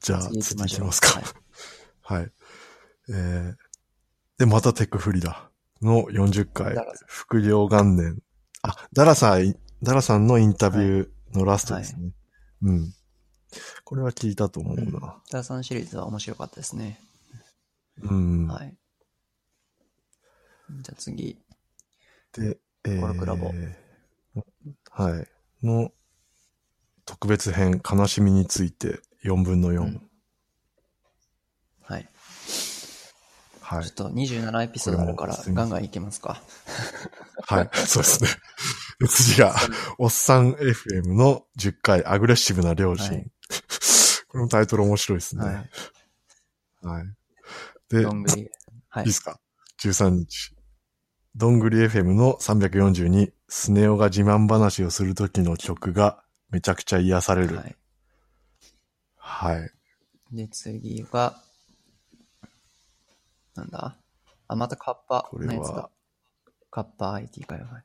S1: じゃあ
S2: 次行き
S1: 次
S2: ま
S1: 行
S2: し
S1: き
S2: ょう
S1: ますか。はい、えー、で、またテックフリだ。の40回
S2: ダラさ、
S1: 副業元年。あ、ダラさん、ダラさんのインタビューのラストですね。うん。これは聞いたと思うな。
S2: 北田さんシリーズは面白かったですね。
S1: うん。
S2: はい。じゃあ次。
S1: で、えー
S2: コルクラボ
S1: はい。の特別編、悲しみについて4分の4。
S2: うんはい。
S1: はい
S2: ちょっ。と27エピソードあるか
S1: これ
S2: ら
S1: もす、いません
S2: ガンガンいきますか。
S1: はい、 そうですね。で次が、おっさん FM の10回、アグレッシブな両親。
S2: はい
S1: これもタイトル面白いですね。
S2: は
S1: はい
S2: い。。
S1: で、
S2: どんぐり。はい
S1: いで
S2: い。
S1: すか ?13 日。どんぐり FM の342、スネ夫が自慢話をするときの曲がめちゃくちゃ癒される。
S2: はい。
S1: はい。
S2: で、次が、なんだあ、またカッパ
S1: これは
S2: のやつだ。カッパ IT かよ。はい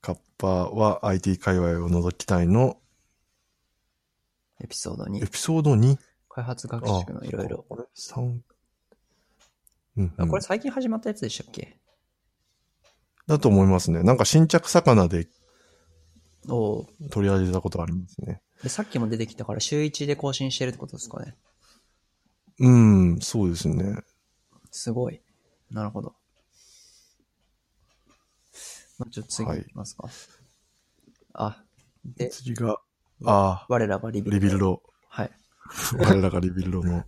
S1: カッパは IT 界隈を覗きたいの
S2: エピソード
S1: エ
S2: 2。
S1: ピソード2。
S2: 開発学習のいろいろ。
S1: あ。そっかこれ、3。うん、う
S2: あ
S1: ん
S2: これ最近始まったやつでしたっけ
S1: だと思いますね。なんか新着魚で
S2: おう
S1: 取り上げたことありますね。
S2: で、さっきも出てきたから週1で更新してるってことですかね。
S1: うん、そうですね。
S2: すごい。なるほど。まあ、ちょっと次
S1: はい
S2: 行きますか。あ、で、
S1: 次が、ああ、
S2: 我らがリビル
S1: リ
S2: ド。
S1: ビルド。
S2: はい。
S1: 我らがリビルドの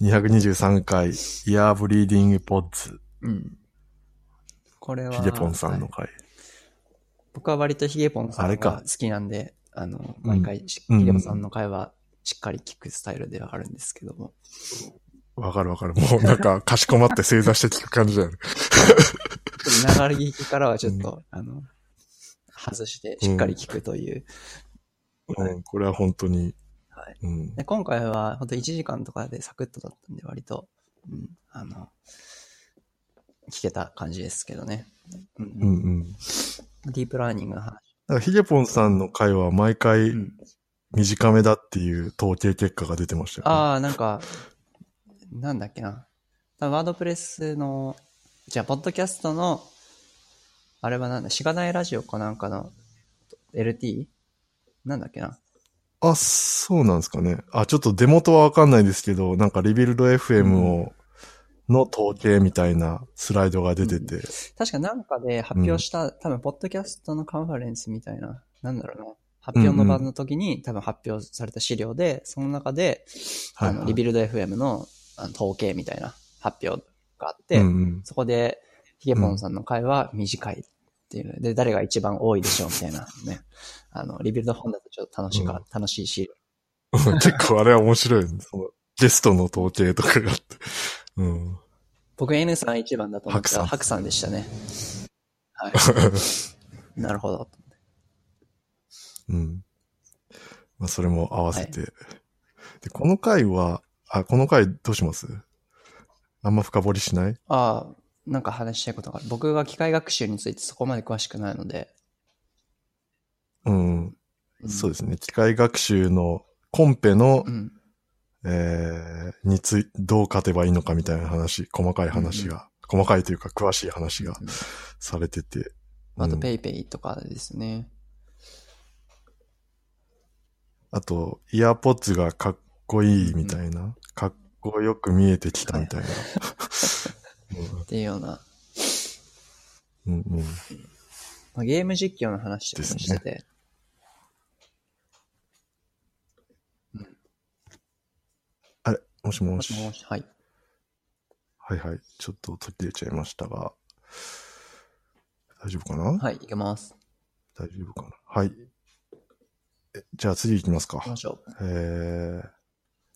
S1: 223回、イヤーブリーディングポッズ、
S2: うん。これは、
S1: ヒデポンさんの
S2: はい
S1: 回。
S2: 僕は割とヒゲポンさ
S1: あ
S2: ん
S1: れ
S2: が
S1: か
S2: 好きなんで、あの、
S1: うん
S2: 毎回し、
S1: うん
S2: ヒゲポンさんの会話、しっかり聞くスタイルではあるんですけども。
S1: わ、かるわかる。もうなんか、かしこまって正座して聞く感じだよね。
S2: ながら聞きからはちょっと、あの、外してしっかり聞くという。
S1: うん、これは本当に。
S2: はい
S1: うん。
S2: で今回は、本当1時間とかでサクッとだったんで、割と、うん、あの、聞けた感じですけどね。う
S1: うん
S2: ん
S1: うん。
S2: ディープラーニングの話。
S1: だからヒデポンさんの回は毎回
S2: うん
S1: 短めだっていう統計結果が出てましたよ、ね。
S2: ああ、なんか、なんだっけな。多分ワードプレスの、じゃあ、ポッドキャストの、あれはなんだ、しがないラジオかなんかの LT? なんだっけな。
S1: あ、そうなんですかね。あ、ちょっとデモとはわかんないですけど、なんかリビルド FM を、の統計みたいなスライドが出てて、
S2: 確かなんかで発表した、多分ポッドキャストのカンファレンスみたいな、なんだろうな。発表の場の時に、多分発表された資料で、その中で、
S1: はいはい
S2: あのリビルド FM のあの統計みたいな発表があって、
S1: うんうん、
S2: そこで、ヒゲポンさんの会は短いっていう、で、誰が一番多いでしょうみたいなね。あの、リビルド本だとちょっと楽しいか、楽しいし、
S1: 結構あれは面白いよね。 そのゲストの統計とかがあって。 うん。
S2: 僕 N さん一番だと思ったら、
S1: 白
S2: 白さんでしたね。 はい。なるほど。
S1: うん。まあ、それも合わせて。で、この回は、あ、この回どうしますあんま深掘りしない
S2: ああ、なんか話したいことがある。僕は機械学習についてそこまで詳しくないので。
S1: うん。
S2: ん
S1: そうですね。機械学習のコンペの、
S2: うん。
S1: えー、につい、どう勝てばいいのかみたいな話、細かい話が、細かいというか詳しい話が
S2: うん
S1: されてて。
S2: あと、
S1: うん
S2: ペイペイとかですね。
S1: あと、イヤーポッツがかっこいいみたいな、かっこよく見えてきたみたいな。
S2: っていうような、
S1: うんうん、
S2: まあ、ゲーム実況の話とかもしてて。
S1: あれもしも
S2: も
S1: し
S2: し。もし、はい。
S1: はいはい。ちょっと途切れちゃいましたが。大丈夫かな、
S2: はい、行きます。
S1: 大丈夫かなはい。えじゃあ次行きます
S2: 行きま
S1: か。
S2: しょう。
S1: えー、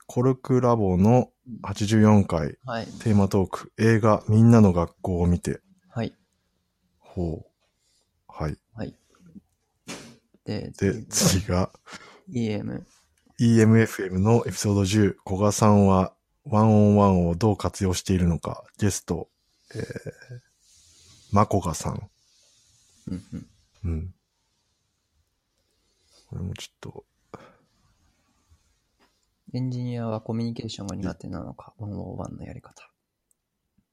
S1: コルクラボの84回
S2: はい。
S1: テーマトーク映画みんなの学校を見て。
S2: はい。
S1: ほう。はい。
S2: はい。で、
S1: で、次が
S2: EM。
S1: EMFM のエピソード10、古賀さんはワンオンワンをどう活用しているのか、ゲスト、えー、まこがさん。
S2: うんうん。
S1: うん。これもちょっと、
S2: エンジニアはコミュニケーションが苦手なのか、ワンオーワンのやり方。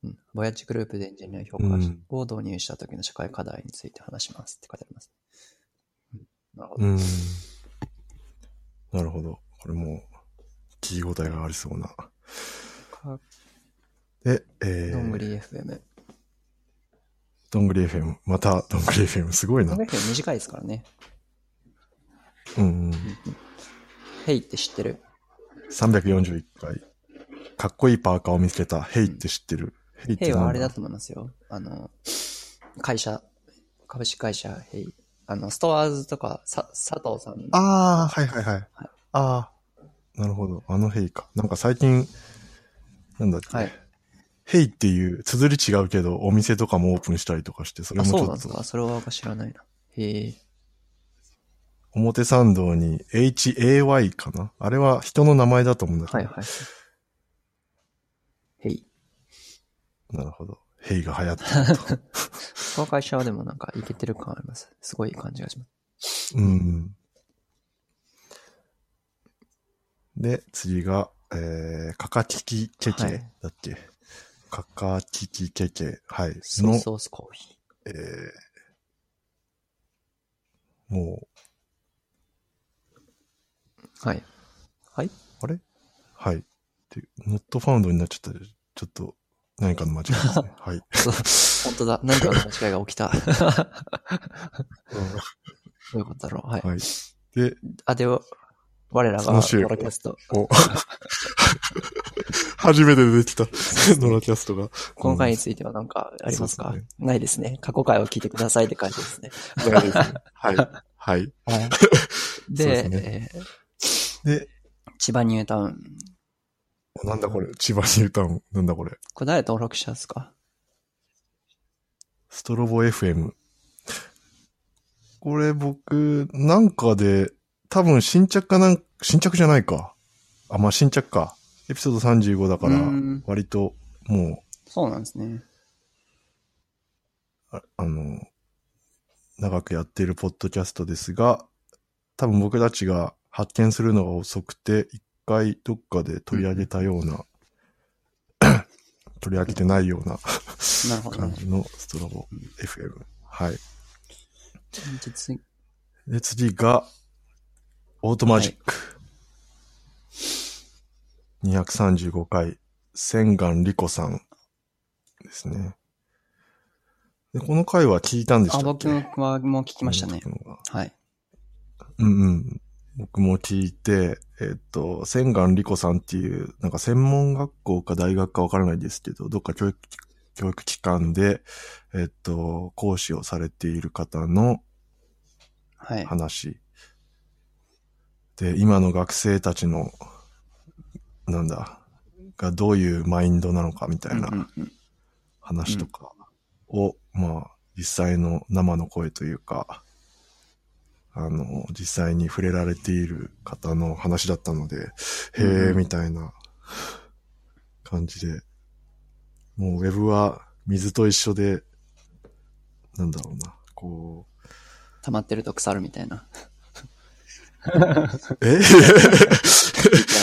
S2: うん。ボヤッチグループでエンジニア評価
S1: うん
S2: を導入した時の社会課題について話しますって書いてあります。うん、なるほど。
S1: うん。なるほど。これも、聞き応えがありそうな。
S2: か
S1: で、えー、
S2: どんぐ。り FM。
S1: どんぐり FM。また、どんぐり FM。すごい
S2: ど
S1: なん
S2: ぐ。り FM 短いですからね。
S1: うんうん。
S2: ヘイって知ってる。
S1: 341回。かっこいいパーカーを見つけた。ヘイって知ってる。ヘイっ
S2: ヘ
S1: て
S2: イ
S1: なん
S2: はあれだと思いますよ。あの、会社、株式会社ヘイ。あの、ストアーズとか、さ、佐藤さん。
S1: ああ、はいはいはい。ああ、なるほど。あのヘイか。なんか最近、なんだっけ、
S2: はい
S1: ヘイっていう、綴り違うけど、お店とかもオープンしたりとかして、それ
S2: あ、
S1: もち
S2: そう
S1: ょ
S2: なん
S1: っ
S2: です
S1: と、
S2: かそれは知らないな。へえ。
S1: 表参道に HAY かなあれは人の名前だと思うんだけど、
S2: はいはい。へい。
S1: なるほど。ヘイが流行って
S2: この会社はでもなんかいけてる感あります。すごい感じがします。
S1: る。うん。で、次が、えー、カカキキケケ、
S2: はい
S1: だっけカカキキケケ、はい。
S2: ソイ
S1: の
S2: ソースコーヒ
S1: えー、もう、
S2: ー。はい。はい。
S1: あれはい。で、ノットファウンドになっちゃったで、ちょっと、何かの間違いです ね。はい。
S2: 本当だ。何かの間違いが起きた。 よかったろう。はい。
S1: はい。で、
S2: あ、で、我らが、
S1: その週
S2: ポロキャスト。
S1: お初めて出 てきた、ノラキャストが。
S2: 今回については何かあります
S1: そう
S2: か
S1: です
S2: ないですね。過去回を聞いてくださいって感じです ね。
S1: ないですねはい。はい。
S2: はい。
S1: そう
S2: で
S1: ですね
S2: えー
S1: で、
S2: 千葉ニュータウン。
S1: なんだこれ、千葉ニュータウン、なんだこれ。
S2: これ誰登録者ですか
S1: ストロボ FM。これ僕、なんかで、多分新着かなん、新着じゃないか。あ、まあ、新着か。エピソード35だか
S2: う
S1: ら
S2: ん、
S1: 割と、も
S2: そうなんですね。
S1: うあ、あの、長くやってるポッドキャストですが、多分僕たちが発見するのが遅くて、一回どっかで取り上げたような、 取り上げてないような
S2: なるほど
S1: 感
S2: ね。
S1: じのストロボ FM。はい。
S2: 実に
S1: で、次が、オートマジック。235回、千眼リコさんですね。で、この回は聞いたんでした
S2: あ、
S1: っけ
S2: 僕はもう聞きましたね。
S1: この回は
S2: はい。
S1: うんうん。僕も聞いて、えっと、千眼理子さんっていう、なんか専門学校か大学かわからないですけど、どっか教育、教育機関で、えっと、講師をされている方の、
S2: はい。
S1: 話。で、今の学生たちの、なんだ、がどういうマインドなのかみたい
S2: うんう
S1: なん
S2: うん
S1: 話とかを、まあ、実際の生の声というか、あの、実際に触れられている方の話だったので、へえ、みたいな感じで、もうウェブは水と一緒で、なんだろうな、こう、
S2: 溜まってると腐るみたいな。
S1: え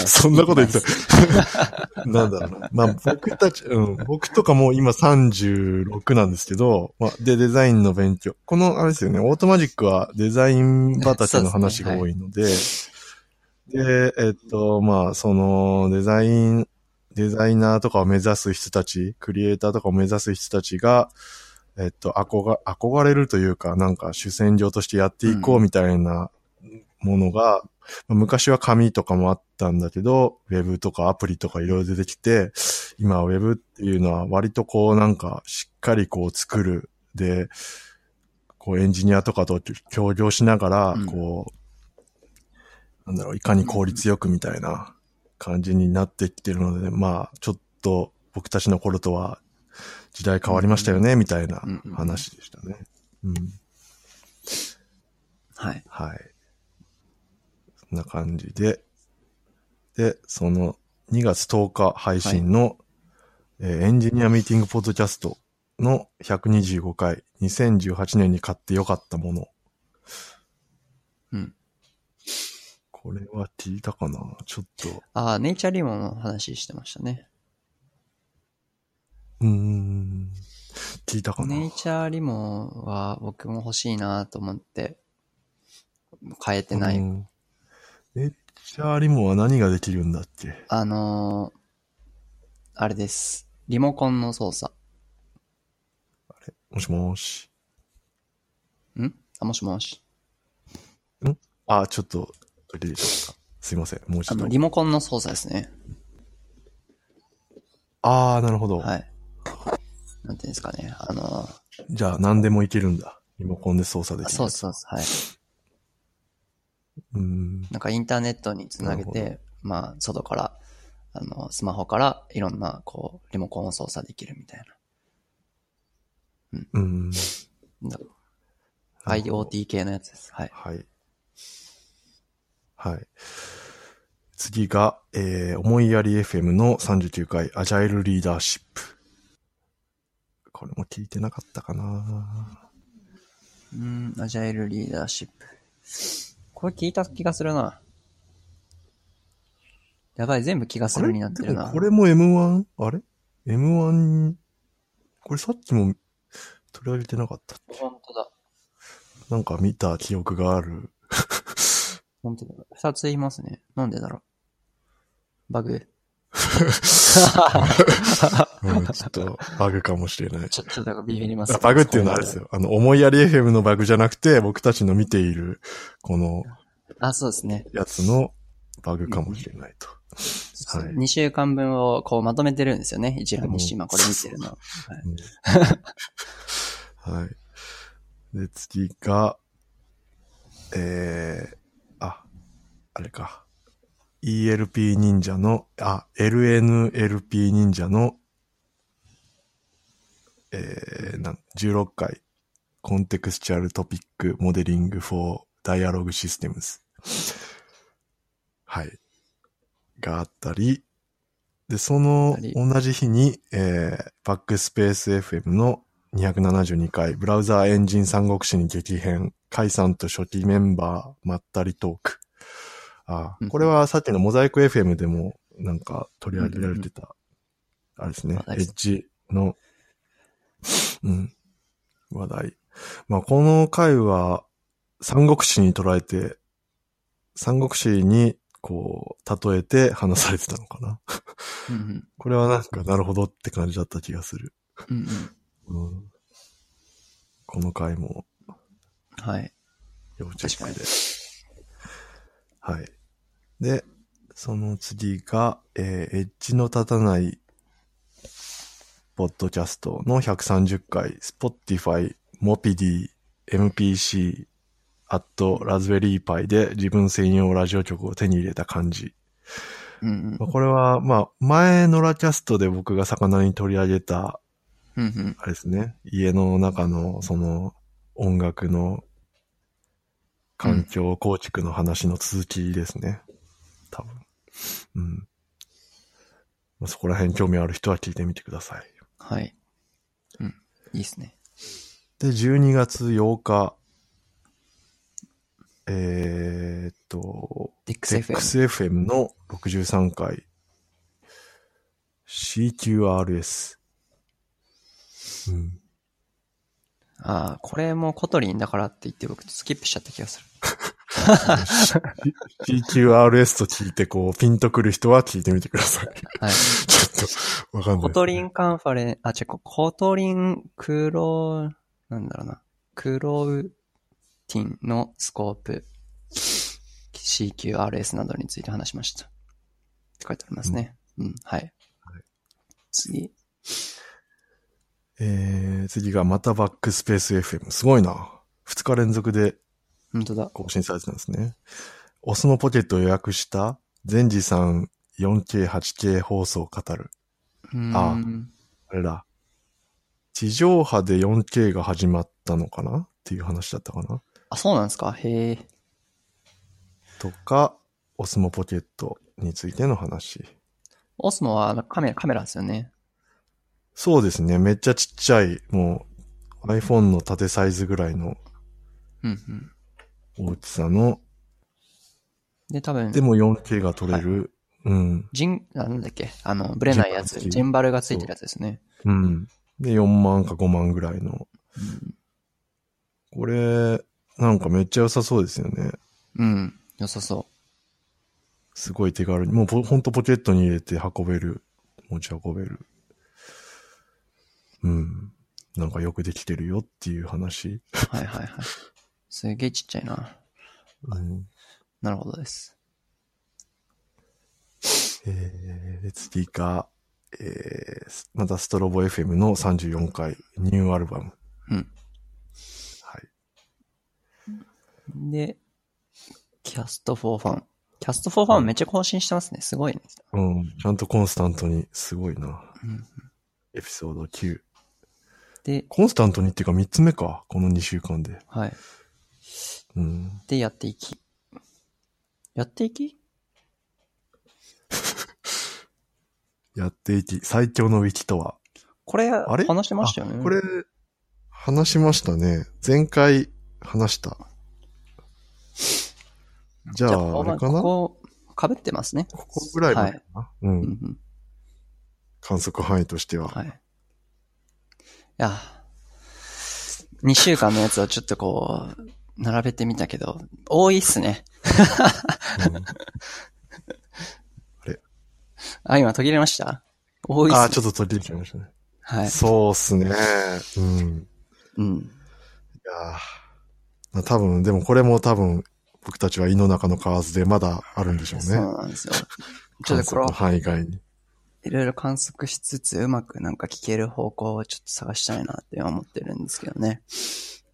S1: そんなこと言ってた。なんだろうな。まあ僕たち、うん、僕とかも今36なんですけど、まあ、で、デザインの勉強。この、あれですよね、オートマジックはデザイン畑の話が多いので、でえっと、まあ、その、デザイン、デザイナーとかを目指す人たち、クリエイターとかを目指す人たちが、えっと、憧れ、憧れるというか、なんか主戦場としてやっていこうみたいなものが、まあ昔は紙とかもあったんだけど、ウェブとかアプリとかいろいろ出てきて、今ウェブっていうのは割とこうなんかしっかりこう作る。で、こうエンジニアとかと協業しながら
S2: うん、
S1: こう、なんだろう、いかに効率よくみたいな感じになってきてるので、まあちょっと僕たちの頃とは時代変わりましたよね、みたいな
S2: うんうん
S1: 話でしたね。うん。
S2: はい。
S1: はい。そんな感じで、で、その2月10日配信の、えーエンジニアミーティングポッドキャストの125回、2018年に買ってよかったもの。
S2: うん。
S1: これは聞いたかなちょっと。
S2: あ、ネイチャーリモの話してましたね。
S1: うーん。聞いたかな、
S2: ネイチャーリモは僕も欲しいなと思って、変えてない。
S1: うんネイチャーリモは何ができるんだっけ
S2: あのーあれです。リモコンの操作。
S1: もしもし。
S2: んあ、もしもし。
S1: あ、ちょっと、出てきたかすいません。もうち
S2: あ
S1: ょっと
S2: の、リ。モコンの操作ですね。
S1: ああ、なるほど。
S2: はい。なんていうんですかね。あの
S1: じゃあ何でもいけるんだ。リモコンで操作で
S2: ー
S1: きる。
S2: そうそうそう。はい。
S1: うーん。
S2: なんかインターネットにつなげ
S1: な
S2: て、まあ、外から、あの、スマホからいろんな、こう、リモコンを操作できるみたい
S1: うん。うん。
S2: な。だ IoT 系のやつです。はい。
S1: はい。はい。次が、えー、思いやり FM の39回、アジャイルリーダーシップ。これも聞いてなかったかな
S2: うん、アジャイルリーダーシップ。これ聞いた気がするな。やばい、全部気がす
S1: あ
S2: る
S1: れ
S2: になってる
S1: で
S2: な。
S1: もこれも M1? あれ ?M1 に、これさっきも取り上げてなかった。
S2: 本当だ。
S1: なんか見た記憶がある。
S2: 本当だ。二つ言いますね。なんでだろう。バグ。
S1: うんちょっとバグかもしれない。
S2: ちょっとなんかビビります、
S1: あバグっていうのはあれですよ。あの、思いやり FM のバグじゃなくて、僕たちの見ている、この
S2: あ、そうですね。
S1: やつのバグかもしれないと。はい
S2: 2週間分をこうまとめてるんですよね。一覧にして、今これ見てるの。
S1: はい。で、次が、えー、あ、あれか。ELP 忍者の、あ、LNLP 忍者の、えー、なん16回、コンテクスチャルトピックモデリング for Dialog Systems。はい。があったり、で、その
S2: あり
S1: 同じ日に、えー、バックスペース FM の272回、ブラウザーエンジン三国志に激変、解散と初期メンバー、まったりトーク。あ
S2: うん
S1: これはさっきのモザイク FM でもなんか取り上げられてた、あれですね
S2: 話、
S1: エ
S2: 題
S1: ッジの、うん、話題。まあ、この回は、三国志に捉えて、三国志に、こう、例えて話されてたのかな。
S2: うんうん
S1: これはなんか、なるほどって感じだった気がする。
S2: うんうん
S1: うん、この回も
S2: はい。
S1: 要チェックで。はい。で、その次が、えーエッジの立たない、ポッドキャストの130回、Spotify、Mopidi、MPC、アット、ラズベリーパイで自分専用ラジオ局を手に入れた感じ。
S2: うんうん
S1: まあこれは、まあ、前のラキャストで僕が魚に取り上げた、
S2: うんうん
S1: あれですね、家の中の、その、音楽の、環境構築の話の続きですね。多分。うん。まあ、そこら辺興味ある人は聞いてみてください。
S2: はい。うん。いいですね。
S1: で、12月8日、えーっと、
S2: DXFM。
S1: XFM の63回 CQRS。うん。
S2: ああ、これもコトリンだからって言って僕スキップしちゃった気がする。
S1: CQRS と聞いて、こう、ピンとくる人は聞いてみてください。
S2: はい。
S1: ちょっと、わかんない。
S2: コトリンカンファレン、あ、違う、コトリンクロ、なんだろうな、クロウティンのスコープ、CQRS などについて話しました。って書いてありますね。うん、はい。次。
S1: えー、次がまたバックスペース FM。すごいな。2日連続で
S2: 本当だ。
S1: 更新されてたんですね。オスのポケットを予約した、善治さん 4K、8K 放送を語る。
S2: うーん
S1: ああれだ。地上波で 4K が始まったのかなっていう話だったかな
S2: あ、そうなんですかへえ。
S1: とか、オスモポケットについての話。
S2: オスモはあのカメラ、カメラですよね。
S1: そうですね。めっちゃちっちゃい、もう iPhone の縦サイズぐらいの
S2: うんうん。
S1: 大きさの、
S2: で、多分、
S1: でも 4K が取れる。うん。
S2: ジン、あなんだっけあの、ブレないや
S1: ジ
S2: つ、
S1: ンバル付き
S2: ジンバルがついてるやつですね。
S1: うん。で、4万か5万ぐらいの。これ、なんかめっちゃ良さそうですよね。
S2: うん。うん、良さそう。
S1: すごい手軽に。もうポほんとポケットに入れて運べる。持ち運べる。うん。なんかよくできてるよっていう話。
S2: はいはいはい。すげえちっちゃいな。
S1: うん、
S2: なるほどです。
S1: えー、で次が、えー、すまたストロボ FM の34回、ニューアルバム。
S2: うん。
S1: はい。
S2: で、キャストフォーファン。キャストフォーファンめっちゃ更新してますね。すごいね。
S1: うん。ちゃんとコンスタントに、すごいな。
S2: うん
S1: エピソード9。
S2: で、
S1: コンスタントにっていうか3つ目か。この2週間で。
S2: はい。
S1: うん。
S2: で、やっていき。やっていき
S1: やっていき、最強のウィキとは。
S2: これ、
S1: あれ
S2: 話してましたよね。
S1: あこれ、話しましたね。前回話した。じゃ
S2: じゃ
S1: あ、あれか
S2: こ
S1: なこ
S2: こ、かぶってますね。こ
S1: こぐらいま
S2: は
S1: で
S2: い
S1: か。な、う。
S2: うんうんん。
S1: 観測範囲としては。
S2: はい。いや、2週間のやつをちょっとこう、並べてみたけど、多いっすね。
S1: うんあれ
S2: あ、今途切れました多いっす
S1: あ
S2: ね
S1: あ、ちょっと取り入れてきましたね。
S2: はい。
S1: そうっすね。うん。
S2: うん。
S1: いやー多分、でもこれも多分、僕たちは胃の中の蛙でまだあるんでしょう
S2: そう
S1: ね。
S2: なんですよ。ちょっとこ
S1: 観測の
S2: れを
S1: 範囲外に。
S2: いろいろ観測しつつ、うまくなんか聞ける方向をちょっと探したいなって思ってるんですけどね。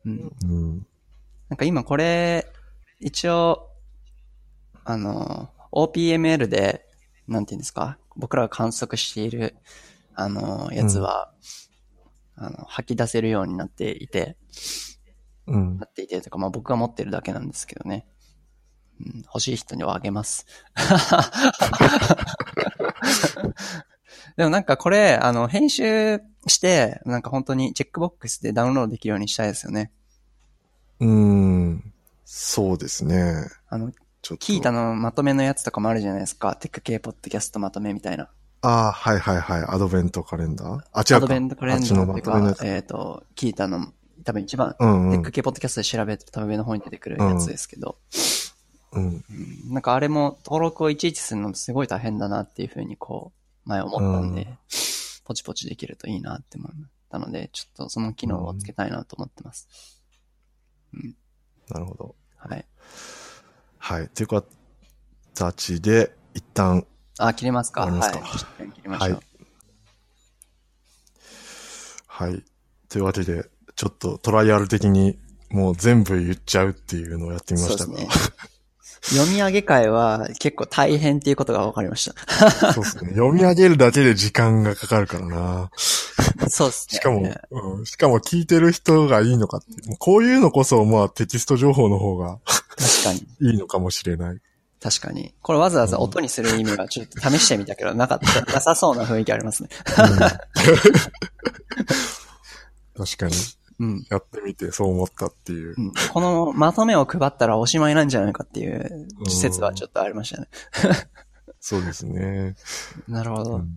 S2: うん。
S1: うん。
S2: なんか今これ、一応、あの、OPML で、なんていうんですか、僕らが観測している、あの、やつは、あの、吐き出せるようになっていて、
S1: うん。
S2: なっていてとか、まあ僕が持ってるだけなんですけどね。うん、欲しい人にはあげます。 でもなんかこれ、あの、編集して、なんか本当にチェックボックスでダウンロードできるようにしたいですよね。
S1: うん。そうですね。
S2: あの、
S1: ちょっと。
S2: 聞いたのまとめのやつとかもあるじゃないですか。テック系ポッドキャストまとめみたいな。
S1: ああ、はいはいはい。アドベントカレンダーあ、違うか。
S2: アドベントカレンダ
S1: あっちの
S2: ー
S1: ま
S2: と
S1: とめのや
S2: か
S1: つ、
S2: えっ、と、聞いたの、多分一番、
S1: うんう
S2: テッ
S1: ん
S2: ク。系ポッドキャストで調べて多分上の方に出てくるやつですけど、
S1: うん。
S2: うんなんかあれも登録をいちいちするのもすごい大変だなっていうふうにこう、前思ったんで、
S1: う
S2: ポチポチできるといいなって思ったので、ちょっとその機能をつけたいなと思ってます。
S1: なるほど。
S2: はい。
S1: はい。という形で、一旦、
S2: あ、切れますか
S1: 終わりますか
S2: はい。一旦切りましょう。
S1: はいはい。というわけで、ちょっとトライアル的に、もう全部言っちゃうっていうのをやってみま
S2: そう
S1: し
S2: で
S1: た
S2: す
S1: が
S2: ね。読み上げ会は結構大変っていうことが分かりまし
S1: そうですね。読み上げるだけで時間がかかるからな。
S2: た。そうですね。
S1: しかも、うん、しかも聞いてる人がいいのかって。もうこういうのこそ、まあテキスト情報の方が
S2: 確かに。
S1: いいのかもしれない。
S2: 確かに。これわざわざ音にする意味がちょっと試してみたけど、なかった。なさそうな雰囲気ありますね。
S1: 確かに。
S2: うん。
S1: やってみてそう思ったっていう
S2: う。んこのまとめを配ったらおしまいなんじゃないかっていう説はちょっとありましたね。
S1: そうですね。
S2: なるほど。
S1: うん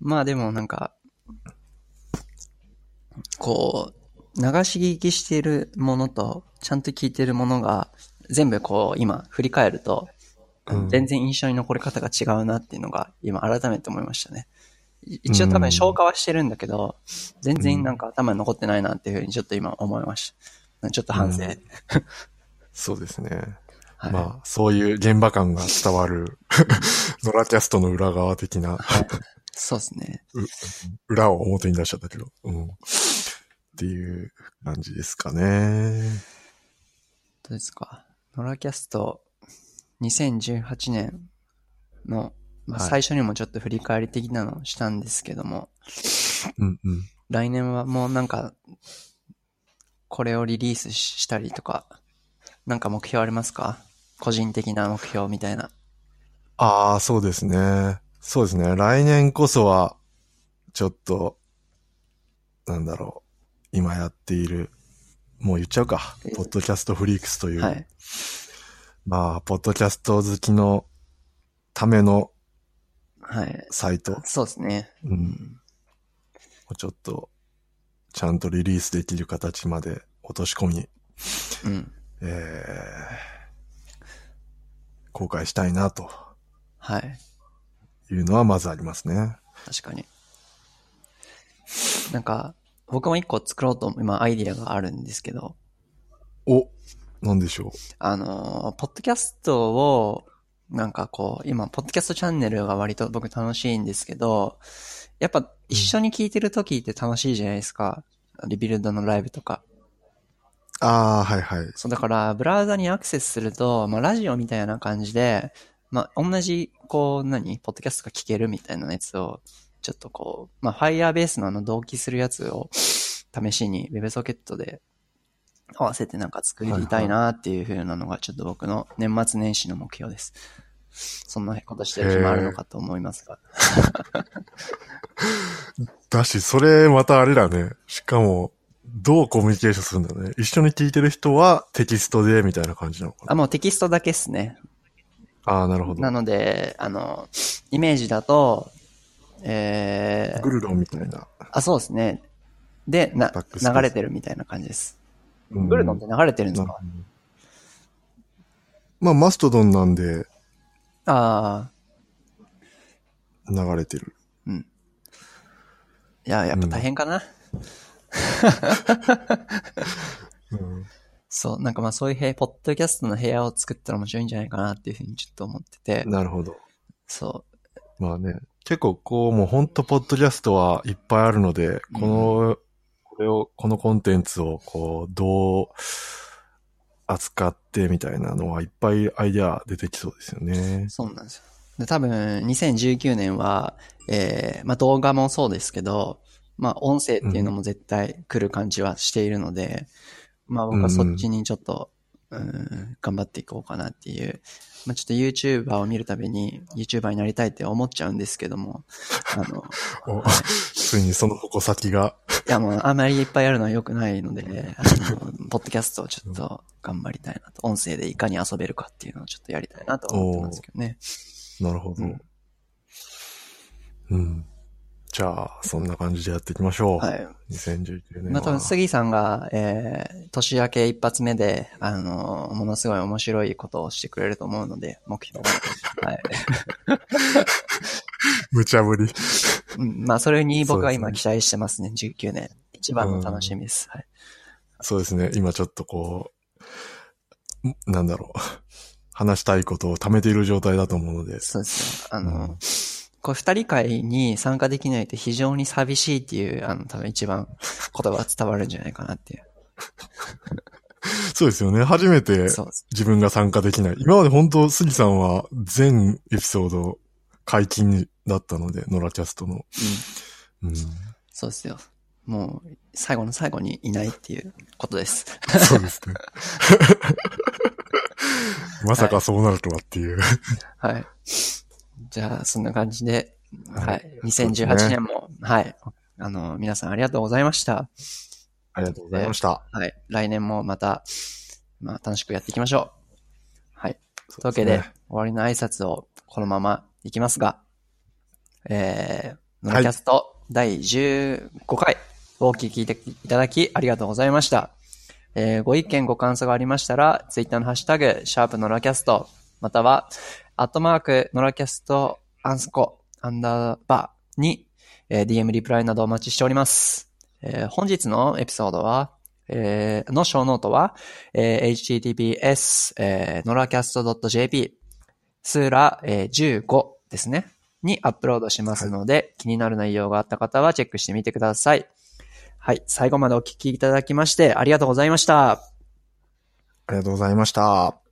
S2: まあでもなんか、こう、流し聞きしているものと、ちゃんと聞いてるものが、全部こう、今、振り返ると、
S1: うん
S2: 全然印象に残り方が違うなっていうのが、今、改めて思いましたね。い一応多分消化はしてるんだけど、全然なんか頭に残ってないなっていうふうにちょっと今思いました。ちょっと反省。
S1: うんそうですね。
S2: はい
S1: まあ、そういう現場感が伝わる、 ノラキャストの裏側的な、
S2: そうですね。
S1: 裏を表に出しちゃったけど、うん。っていう感じですかね。
S2: どうですか。ノラキャスト2018年の、まあ、
S1: はい
S2: 最初にもちょっと振り返り的なのをしたんですけども、
S1: うんうん。
S2: 来年はもうなんか、これをリリースしたりとか、なんか目標ありますか個人的な目標みたいな。
S1: ああ、そうですね。そうですね。来年こそは、ちょっと、なんだろう。今やっている、もう言っちゃうか
S2: え。
S1: ポッドキャストフリークスという、
S2: はい。
S1: まあ、ポッドキャスト好きのための
S2: はい。
S1: サイト、
S2: そうですね。
S1: うん、をちょっと、ちゃんとリリースできる形まで落とし込み、
S2: うん。
S1: えー、公開したいなと
S2: はい。
S1: いうのはまずありますね。
S2: 確かに。なんか、僕も一個作ろうと、今アイディアがあるんですけど、
S1: お、なんでしょ
S2: あのー、ポッドキャストを、なんかこう、今、ポッドキャストチャンネルが割と僕楽しいんですけど、やっぱ一緒に聞いてる時って楽しいじゃないですか。リビルドのライブとか。
S1: う。ああ、はいはい。
S2: そう、だから、ブラウザにアクセスすると、まあ、ラジオみたいな感じで、まあ、同じ、こう、何ポッドキャストが聞けるみたいなやつを、ちょっとこう、まあ、Firebase のあの、同期するやつを、試しに WebSocket で合わせてなんか作りたいなっていう風なのが、ちょっと僕の年末年始の目標です。そんなことしてる暇あるのかと思いますが。
S1: だし、それまたあれだね。しかも、どうコミュニケーションするんだろうね。一緒に聞いてる人はテキストでみたいな感じなのかな。
S2: あ、もうテキストだけっすね。
S1: ああー、なるほど
S2: な。ので、あの、イメージだと、えー、
S1: グルロンみたいな。
S2: あ、そうですね。で、な、
S1: バックスペース
S2: 流れてるみたいな感じです。
S1: うん
S2: グルドンって流れてるんです
S1: なる
S2: か
S1: ほどまあ、マストドンなんで、
S2: ああ。
S1: 流れてる。
S2: いや、やっぱ大変かな。
S1: うん。
S2: そう、なんかまあそういう部屋、ポッドキャストの部屋を作ったら面白いんじゃないかなっていうふうにちょっと思ってて、
S1: なるほど。
S2: そ
S1: まあね、結構こう、もうほんとポッドキャストはいっぱいあるので、
S2: うん
S1: この、これを、このコンテンツをこう、どう扱ってみたいなのはいっぱいアイデア出てきそうですよね
S2: う、。そうなんですよ。で、多分、2019年は、えー、まあ動画もそうですけど、まあ音声っていうのも絶対来る感じはしているので、まあ僕はそっちにちょっと、うん、頑張っていこうかなっていう。まあちょっと YouTuber を見るたびに YouTuber になりたいって思っちゃうんですけども、あの、
S1: おついにその矛先が。
S2: いや、もう、あまりいっぱいあるのは良くないので、あの、ポッドキャストをちょっと頑張りたいなと。音声でいかに遊べるかっていうのをちょっとやりたいなと思ってますけどね。
S1: なるほど。
S2: うん
S1: うん。じゃあ、そんな感じでやっていきましょう。
S2: はい。
S1: 2019年は。
S2: まあ、多分、杉さんが、えー、年明け一発目で、あの、ものすごい面白いことをしてくれると思うので、目 標を。はい。
S1: 無茶ぶり。
S2: うん、まあ、それに僕は今
S1: そうで
S2: 期待してますね、19年。一番の楽しみです。はい。
S1: そうですね。今ちょっとこう、んなんだろう。話したいことを溜めている状態だと思うので。
S2: そうですね。あ
S1: う
S2: の
S1: ん、
S2: こう、二人会に参加できないと非常に寂しいっていう、あの、多分一番言葉が伝わるんじゃないかなっていう。
S1: そうですよね。初めて
S2: そうです。
S1: 自分が参加できない。今まで本当、杉さんは全エピソード解禁だったので、ノラキャストの。
S2: うん。
S1: うん、
S2: そうですよ。もう、最後の最後にいないっていうことです。
S1: そうです ね。まさかそうなるとはっていう。
S2: はい。じゃあ、そんな感じで、
S1: はい
S2: はい。
S1: そうです
S2: 2018
S1: ね
S2: 年も、はい。あの、皆さんありがとうございました。
S1: ありがとうございました。
S2: はい。来年もまた、まあ、楽しくやっていきましょう。はい。
S1: と
S2: というわけで、終わりの挨拶をこのままいきますが、えー、ノ
S1: はい
S2: リキャスト第15回、お聞きいただきありがとうございました。えー、ご意見、ご感想がありましたら、ツイッターのハッシュタグ、シャープノラキャスト、または、アットマーク、ノラキャスト、アンスコ、アンダーバーに、えー DM リプライなどお待ちしております。えー本日のエピソードは、えーの小ノートは、えー https、えー、noracast.jp、スーラ、えー15ですね、にアップロードしますので、気になる内容があった方はチェックしてみてください。はい、最後までお聞きいただきまして、ありがとうございました。
S1: ありがとうございました。